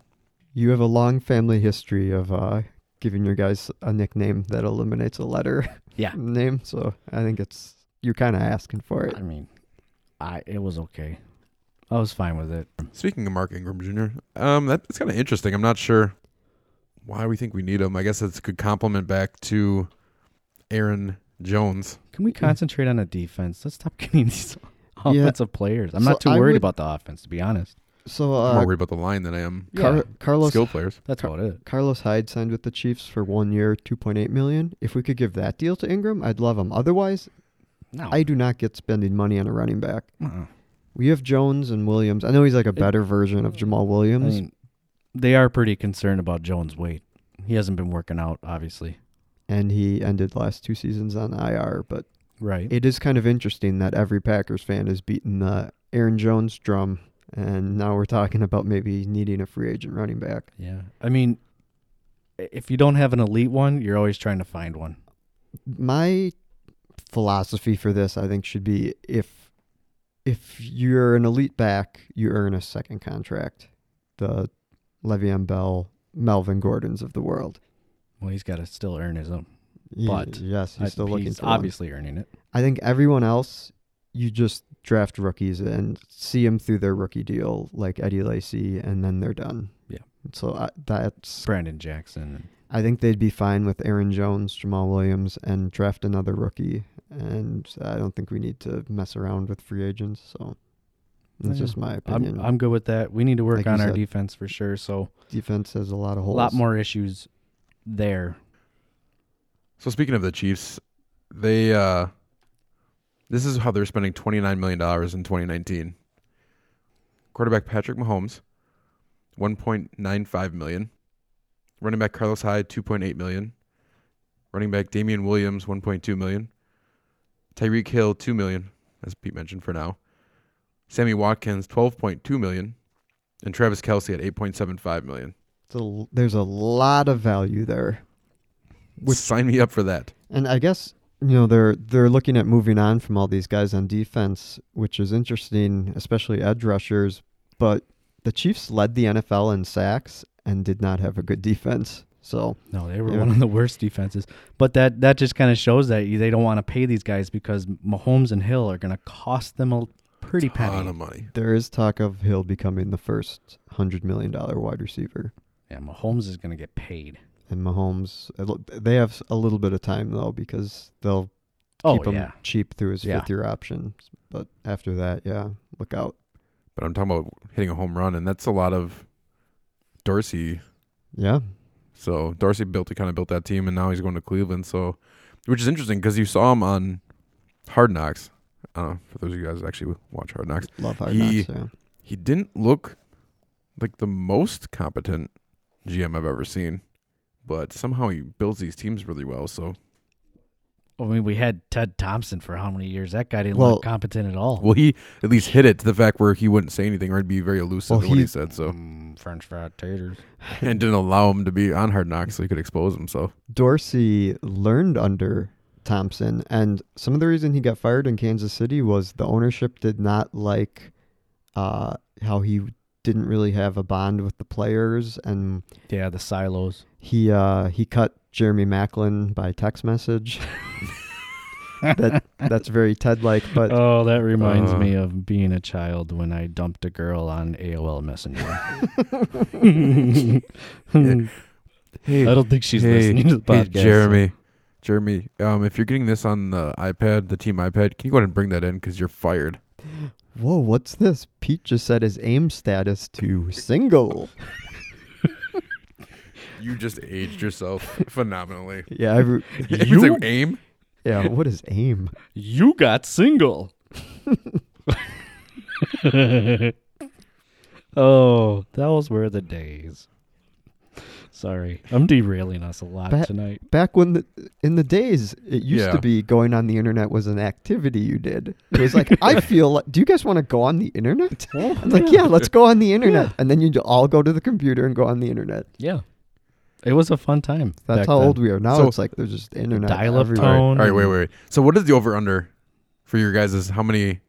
C: You have a long family history of uh, giving your guys a nickname that eliminates a letter.
D: Yeah.
C: name. So I think it's you're kind of asking for it.
D: I mean, I it was okay. I was fine with it.
B: Speaking of Mark Ingram Jr., um, that, that's kind of interesting. I'm not sure why we think we need him. I guess that's a good compliment back to Aaron Jones.
D: Can we concentrate on the defense? Let's stop getting these offensive players. I'm
C: So
D: not too
C: I
D: worried
C: would-
D: about the offense, to be honest.
C: So
B: I'm more
C: uh,
B: worried about the line than I am
C: Car-
D: Yeah.
C: Carlos
B: skill players.
D: That's about it.
C: Carlos Hyde signed with the Chiefs for one year, two point eight million. If we could give that deal to Ingram, I'd love him. Otherwise,
D: No,
C: I do not get spending money on a running back.
D: Uh-uh.
C: We have Jones and Williams. I know he's like a better version of Jamal
D: I
C: Williams.
D: mean, Mm. they are pretty concerned about Jones' weight. He hasn't been working out, obviously.
C: and he ended the last two seasons on IR. But
D: Right.
C: it is kind of interesting that every Packers fan has beaten the Aaron Jones drum, and now we're talking about maybe needing a free agent running back.
D: yeah. I mean, i- if you don't have an elite one, you're always trying to find one.
C: My philosophy for this, I think, should be if if you're an elite back, you earn a second contract. The Le'Veon Bell, Melvin Gordon's of the world.
D: Well, he's got to still earn his own.
C: Ye-
D: But
C: yes, he's
D: I-
C: still looking for one.
D: obviously earning it.
C: I think everyone else, you just draft rookies and see them through their rookie deal, like Eddie Lacy, and then they're done.
D: Yeah.
C: So I, that's
D: Brandon Jackson.
C: I think they'd be fine with Aaron Jones, Jamal Williams, and draft another rookie. And I don't think we need to mess around with free agents. So that's
D: Yeah.
C: just my opinion.
D: I'm, I'm good with that. We need to work
C: Like you
D: on our
C: said.
D: defense for sure. So
C: Defense has a lot of
D: a
C: holes.
D: lot more issues there.
B: So speaking of the Chiefs, they uh this is how they're spending twenty nine million dollars in twenty nineteen. Quarterback Patrick Mahomes, one point nine five million. Running back Carlos Hyde, two point eight million. Running back Damian Williams, one point two million. Tyreek Hill, two million, as Pete mentioned for now. Sammy Watkins, twelve point two million, and Travis Kelsey at eight point seven five million.
C: It's a- there's a lot of value there. Which-
B: Sign me up for that.
C: And I guess you know they're they're looking at moving on from all these guys on defense, which is interesting, especially edge rushers. But the Chiefs led the NFL in sacks and did not have a good defense. So
D: No, they were
C: Yeah.
D: one of the worst defenses. But that that just kind of shows that you- they don't want to pay these guys because Mahomes and Hill are going to cost them a pretty
B: Ton of
D: penny.
B: money.
C: there is talk of Hill becoming the first hundred million dollar wide receiver,
D: Yeah, Mahomes is going to get paid.
C: and Mahomes. They have a little bit of time though because they'll
D: Oh
C: keep him
D: yeah,
C: cheap through his
D: Yeah.
C: fifth year option. But after that, yeah, look out.
B: but I'm talking about hitting a home run, and that's a lot of Dorsey.
C: Yeah,
B: So Dorsey built he kind of built that team, and now he's going to Cleveland. So, which is interesting because you saw him on Hard Knocks. Uh, for those of you guys that actually watch Hard Knocks,
C: love hard
B: He-
C: knocks. Yeah.
B: he didn't look like the most competent GM I've ever seen, but somehow he builds these teams really well. So,
D: I mean we had Ted Thompson for how many years? That guy didn't
C: Well-
D: look competent at all.
B: well, he at least hit it to the fact where he wouldn't say anything or he'd be very elusive
C: Well,
B: in what he
C: he-
B: said. So,
D: Mm, French fried taters.
B: and didn't allow him to be on Hard Knocks so he could expose himself.
C: Dorsey learned under Thompson, and some of the reason he got fired in Kansas City was the ownership did not like uh, how he didn't really have a bond with the players, and
D: Yeah, the silos.
C: he uh, he cut Jeremy Macklin by text message. that that's very Ted like, but
D: Oh, that reminds
B: Uh.
D: me of being a child when I dumped a girl on AOL Messenger.
B: Hey,
D: I don't think she's listening to the podcast.
B: Hey, Jeremy. Jeremy, um, if you're getting this on the iPad, the team iPad, can you go ahead and bring that in because you're fired.
C: whoa, what's this? Pete just set his aim status to single.
B: You just aged yourself phenomenally.
C: Yeah, I re-
B: You
D: You-
B: aim?
C: yeah. What is aim?
D: You got single. oh, those were the days. Sorry, I'm derailing us a lot
C: But-
D: tonight.
C: back when the, in the days it used
B: Yeah.
C: to be going on the internet was an activity you did. It was like I feel like do you guys want to go on the internet? I'm like yeah, let's go on the internet. And then you all go to the computer and go on the internet.
D: Yeah, it was a fun time.
C: That's
D: back
C: how
D: then.
C: old we are now.
B: So-
C: it's like there's just internet.
D: Dial-up
B: All right,
C: everywhere.
D: tone.
B: all right, wait, wait, wait. So, what is the over under for your guys? Is how many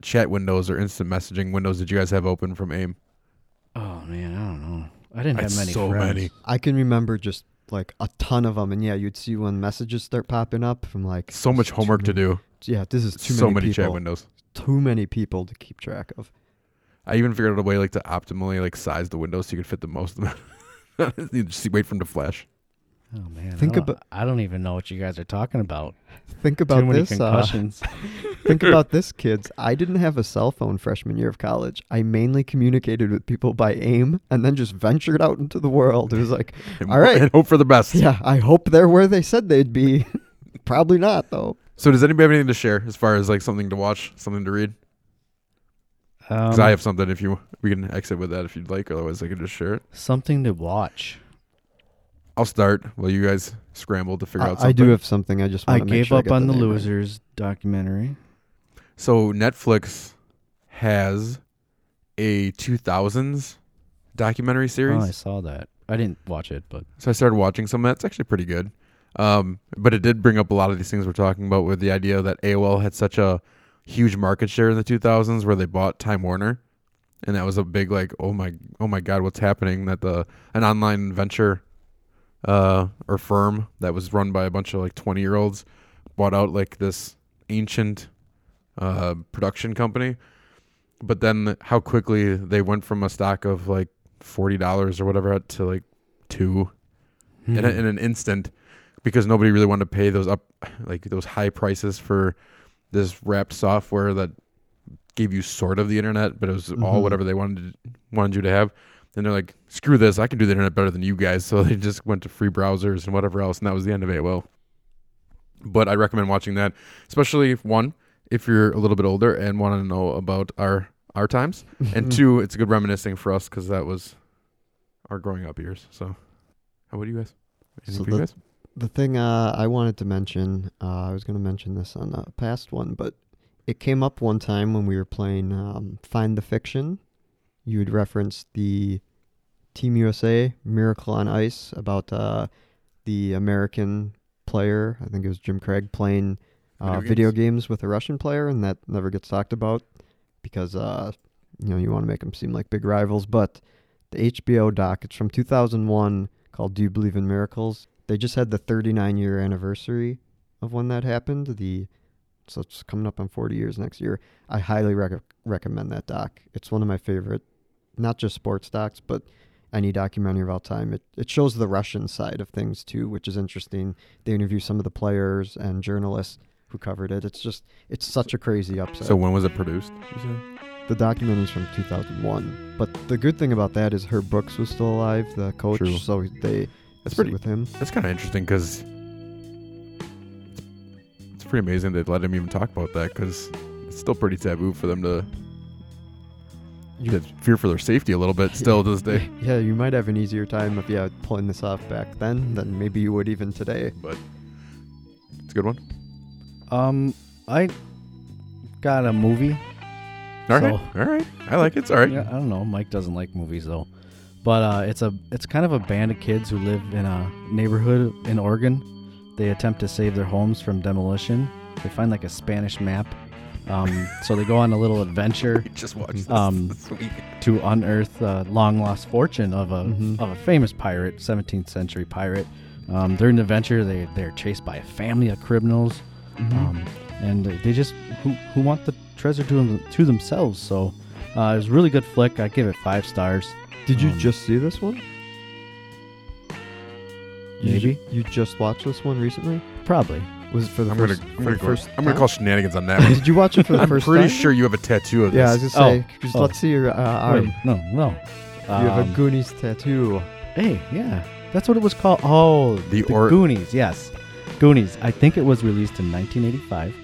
B: chat windows or instant messaging windows did you guys have open from AIM?
D: Oh man, I don't know. I didn't
B: That's
D: have many
B: so
D: friends.
B: many.
C: I can remember just like a ton of them, and yeah, you'd see when messages start popping up from like
B: So much
C: too
B: homework to
C: many-
B: do.
C: Yeah, this is too
B: so
C: many,
B: many chat
C: people.
B: windows.
C: too many people to keep track of.
B: I even figured out a way like to optimally like size the windows so you could fit the most of them. you just wait for them to flash.
D: Oh man,
C: Think
D: I don't-
C: about-
D: I don't even know what you guys are talking about.
C: Think about
D: Too many
C: this. uh,
D: concussions.
C: Think about this, kids. I didn't have a cell phone freshman year of college. I mainly communicated with people by AIM and then just ventured out into the world. It was like,
B: And-
C: All right.
B: and hope for the best.
C: yeah, I hope they're where they said they'd be. Probably not, though.
B: So does anybody have anything to share as far as like something to watch, something to read? Because
D: Um,
B: I have something. If you we can exit with that if you'd like. Otherwise, I can just share it.
D: something to watch.
B: I'll start while you guys scramble to figure
C: I,
B: out.
C: I
B: Something.
C: do have something. I just
D: I
C: want to
D: gave
C: sure
D: up
C: get
D: on the,
C: name right.
D: losers documentary.
B: So Netflix has a 2000s documentary series.
D: Oh, I saw that. I didn't watch it, but
B: So I started watching some of that. It's actually pretty good. Um, but it did bring up a lot of these things we're talking about with the idea that AOL had such a huge market share in the 2000s where they bought Time Warner. And that was a big like, oh my, oh my God, what's happening? That the an online venture uh, or firm that was run by a bunch of like 20 year olds bought out like this ancient uh, production company. But then how quickly they went from a stock of like forty dollars or whatever to like two in, a, in an instant because nobody really wanted to pay those up like those high prices for this wrapped software that gave you sort of the internet, but it was all
C: Mhm.
B: whatever they wanted to, wanted you to have. Then they're like, screw this, I can do the internet better than you guys. So they just went to free browsers and whatever else, and that was the end of AOL. But I recommend watching that, especially if, one if you're a little bit older and want to know about our our times,
C: Hmm.
B: and two, it's a good reminiscing for us because that was our growing up years. So, how about you guys? Anything
C: So
B: for you
C: the-
B: guys?
C: The thing uh, I wanted to mention, uh, I was going to mention this on a past one, but it came up one time when we were playing um, Find the Fiction. You had referenced the Team USA Miracle on Ice about uh, the American player, I think it was Jim Craig, playing uh,
B: Video
C: video,
B: games.
C: games. with a Russian player, and that never gets talked about because uh, you know you want to make them seem like big rivals. But the HBO doc, it's from 2001, called "Do You Believe in Miracles?" They just had the 39 year anniversary of when that happened. The so it's coming up on 40 years next year. I highly rec- recommend that doc. It's one of my favorite, not just sports docs, but any documentary of all time. It it shows the Russian side of things too, which is interesting. They interview some of the players and journalists who covered it. It's just it's such a crazy upset.
B: So when was it produced? you say?
C: the documentary is from 2001, but the good thing about that is Herb Brooks was still alive, the coach,
B: True.
C: so they
B: That's
C: sit
B: pretty.
C: with him.
B: That's kind of interesting because it's pretty amazing they let him even talk about that because it's still pretty taboo for them to,
C: You-
B: to fear for their safety a little bit still to this day.
C: Yeah, you might have an easier time if you had pulling this off back then than maybe you would even today.
B: But it's a good one.
D: Um, I got a movie.
B: All right,
D: So-
B: all right. I like it. It's all right.
D: Yeah, I don't know. Mike doesn't like movies though, but uh, it's a it's kind of a band of kids who live in a neighborhood in Oregon. They attempt to save their homes from demolition. They find like a Spanish map, um, so they go on a little adventure
B: We just watched this,
D: Um,
B: this week.
D: to unearth a long lost fortune of a
C: Mhm.
D: of a famous pirate, 17th century pirate. Um, during the adventure, they they're chased by a family of criminals,
C: Mm-hmm.
D: um, and they just who, who want the treasure to them, to themselves. So uh, it was a really good flick. I give it five stars.
C: Did you
D: Um,
C: just see this one? You
D: Maybe.
C: ju- you just watched this one recently?
D: Probably.
C: Was it for the
B: I'm gonna,
C: first?
B: I'm
C: for
B: gonna,
C: the
B: go-
C: first
B: I'm gonna
C: time?
B: call shenanigans on that. one.
C: Did you watch it for the
B: I'm
C: first
B: pretty
C: time?
B: sure you have a tattoo of
C: Yeah, I was
B: this.
C: gonna
D: Oh,
C: say, just
D: oh.
C: let's see your uh, arm.
D: Wait, no, no.
C: you have a
D: Um,
C: Goonies tattoo.
D: Hey, yeah, that's what it was called. Oh,
B: The or-
D: Goonies. Yes, Goonies. I think it was released in 1985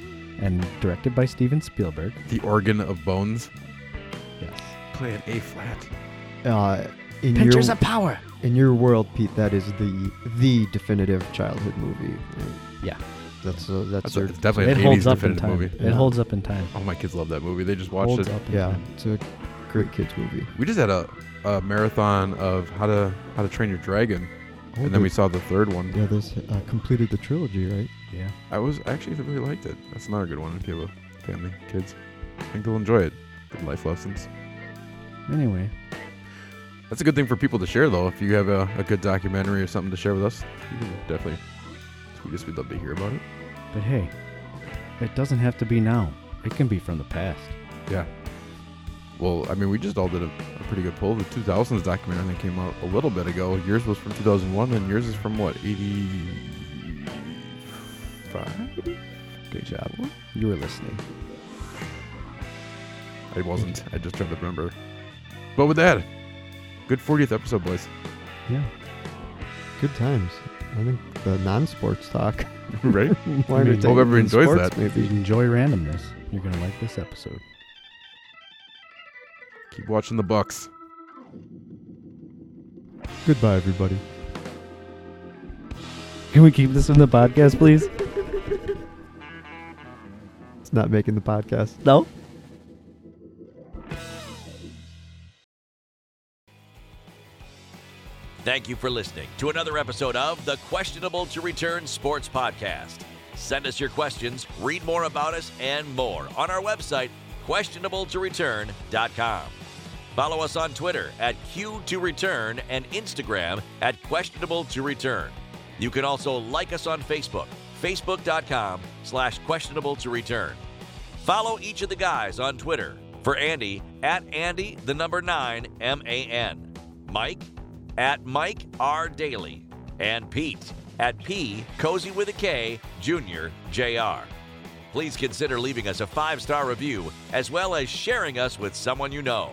D: and directed by Steven Spielberg.
B: the organ of bones.
D: Yes.
B: Play an A flat.
C: Uh, in your,
D: power.
C: in your world, Pete, that is the the definitive childhood movie. right?
D: Yeah.
C: that's uh, that's,
B: That's a,
C: your
B: it's definitely
D: It
B: an
D: holds
B: 80s
D: up in
B: definitive
D: time.
B: movie.
D: It
C: Yeah.
D: holds up in time.
B: Oh, my kids love that movie. They just watched
D: Holds
B: it.
D: up. In
C: yeah,
D: Time.
C: it's a great kids movie.
B: We just had a, a marathon of how to how to train your dragon, and then we saw the third one.
C: yeah, this uh, completed the trilogy, right?
D: Yeah.
B: I was actually really liked it. That's another good one if you have a family, kids. I think they'll enjoy it. Good life lessons.
D: Anyway,
B: That's a good thing for people to share, though. If you have a, a good documentary or something to share with us, you can definitely tweet us. We'd love to hear about it.
D: but hey, it doesn't have to be now. It can be from the past.
B: Yeah. Well, I mean, we just all did a, a pretty good poll. The 2000s documentary that came out a little bit ago. Yours was from 2001, and yours is from what, 85?
D: Good job. You were listening.
B: I wasn't. I just tried to remember. But with that, good 40th episode, boys.
D: Yeah.
C: Good times. I think the non-sports talk.
B: right?
C: Why
D: mean,
C: entertain
D: hope
B: everyone
C: in
B: enjoys
C: sports,
B: that.
D: If you
C: Maybe.
D: enjoy randomness, you're gonna like this episode.
B: Keep watching the Bucks.
C: Goodbye, everybody.
D: Can we keep this in the podcast, please?
C: It's not making the podcast.
D: No.
E: Thank you for listening to another episode of the Questionable to Return Sports Podcast. Send us your questions, read more about us, and more on our website, questionabletoreturn.com. Follow us on Twitter at Q2Return and Instagram at Questionable to Return. You can also like us on Facebook, facebook.com slash questionable to return. Follow each of the guys on Twitter. For Andy, at Andy, the number 9, M A N. Mike, at Mike R. Daly. And Pete, at P. Cozy with a K, Junior, JR. Please consider leaving us a five star review as well as sharing us with someone you know.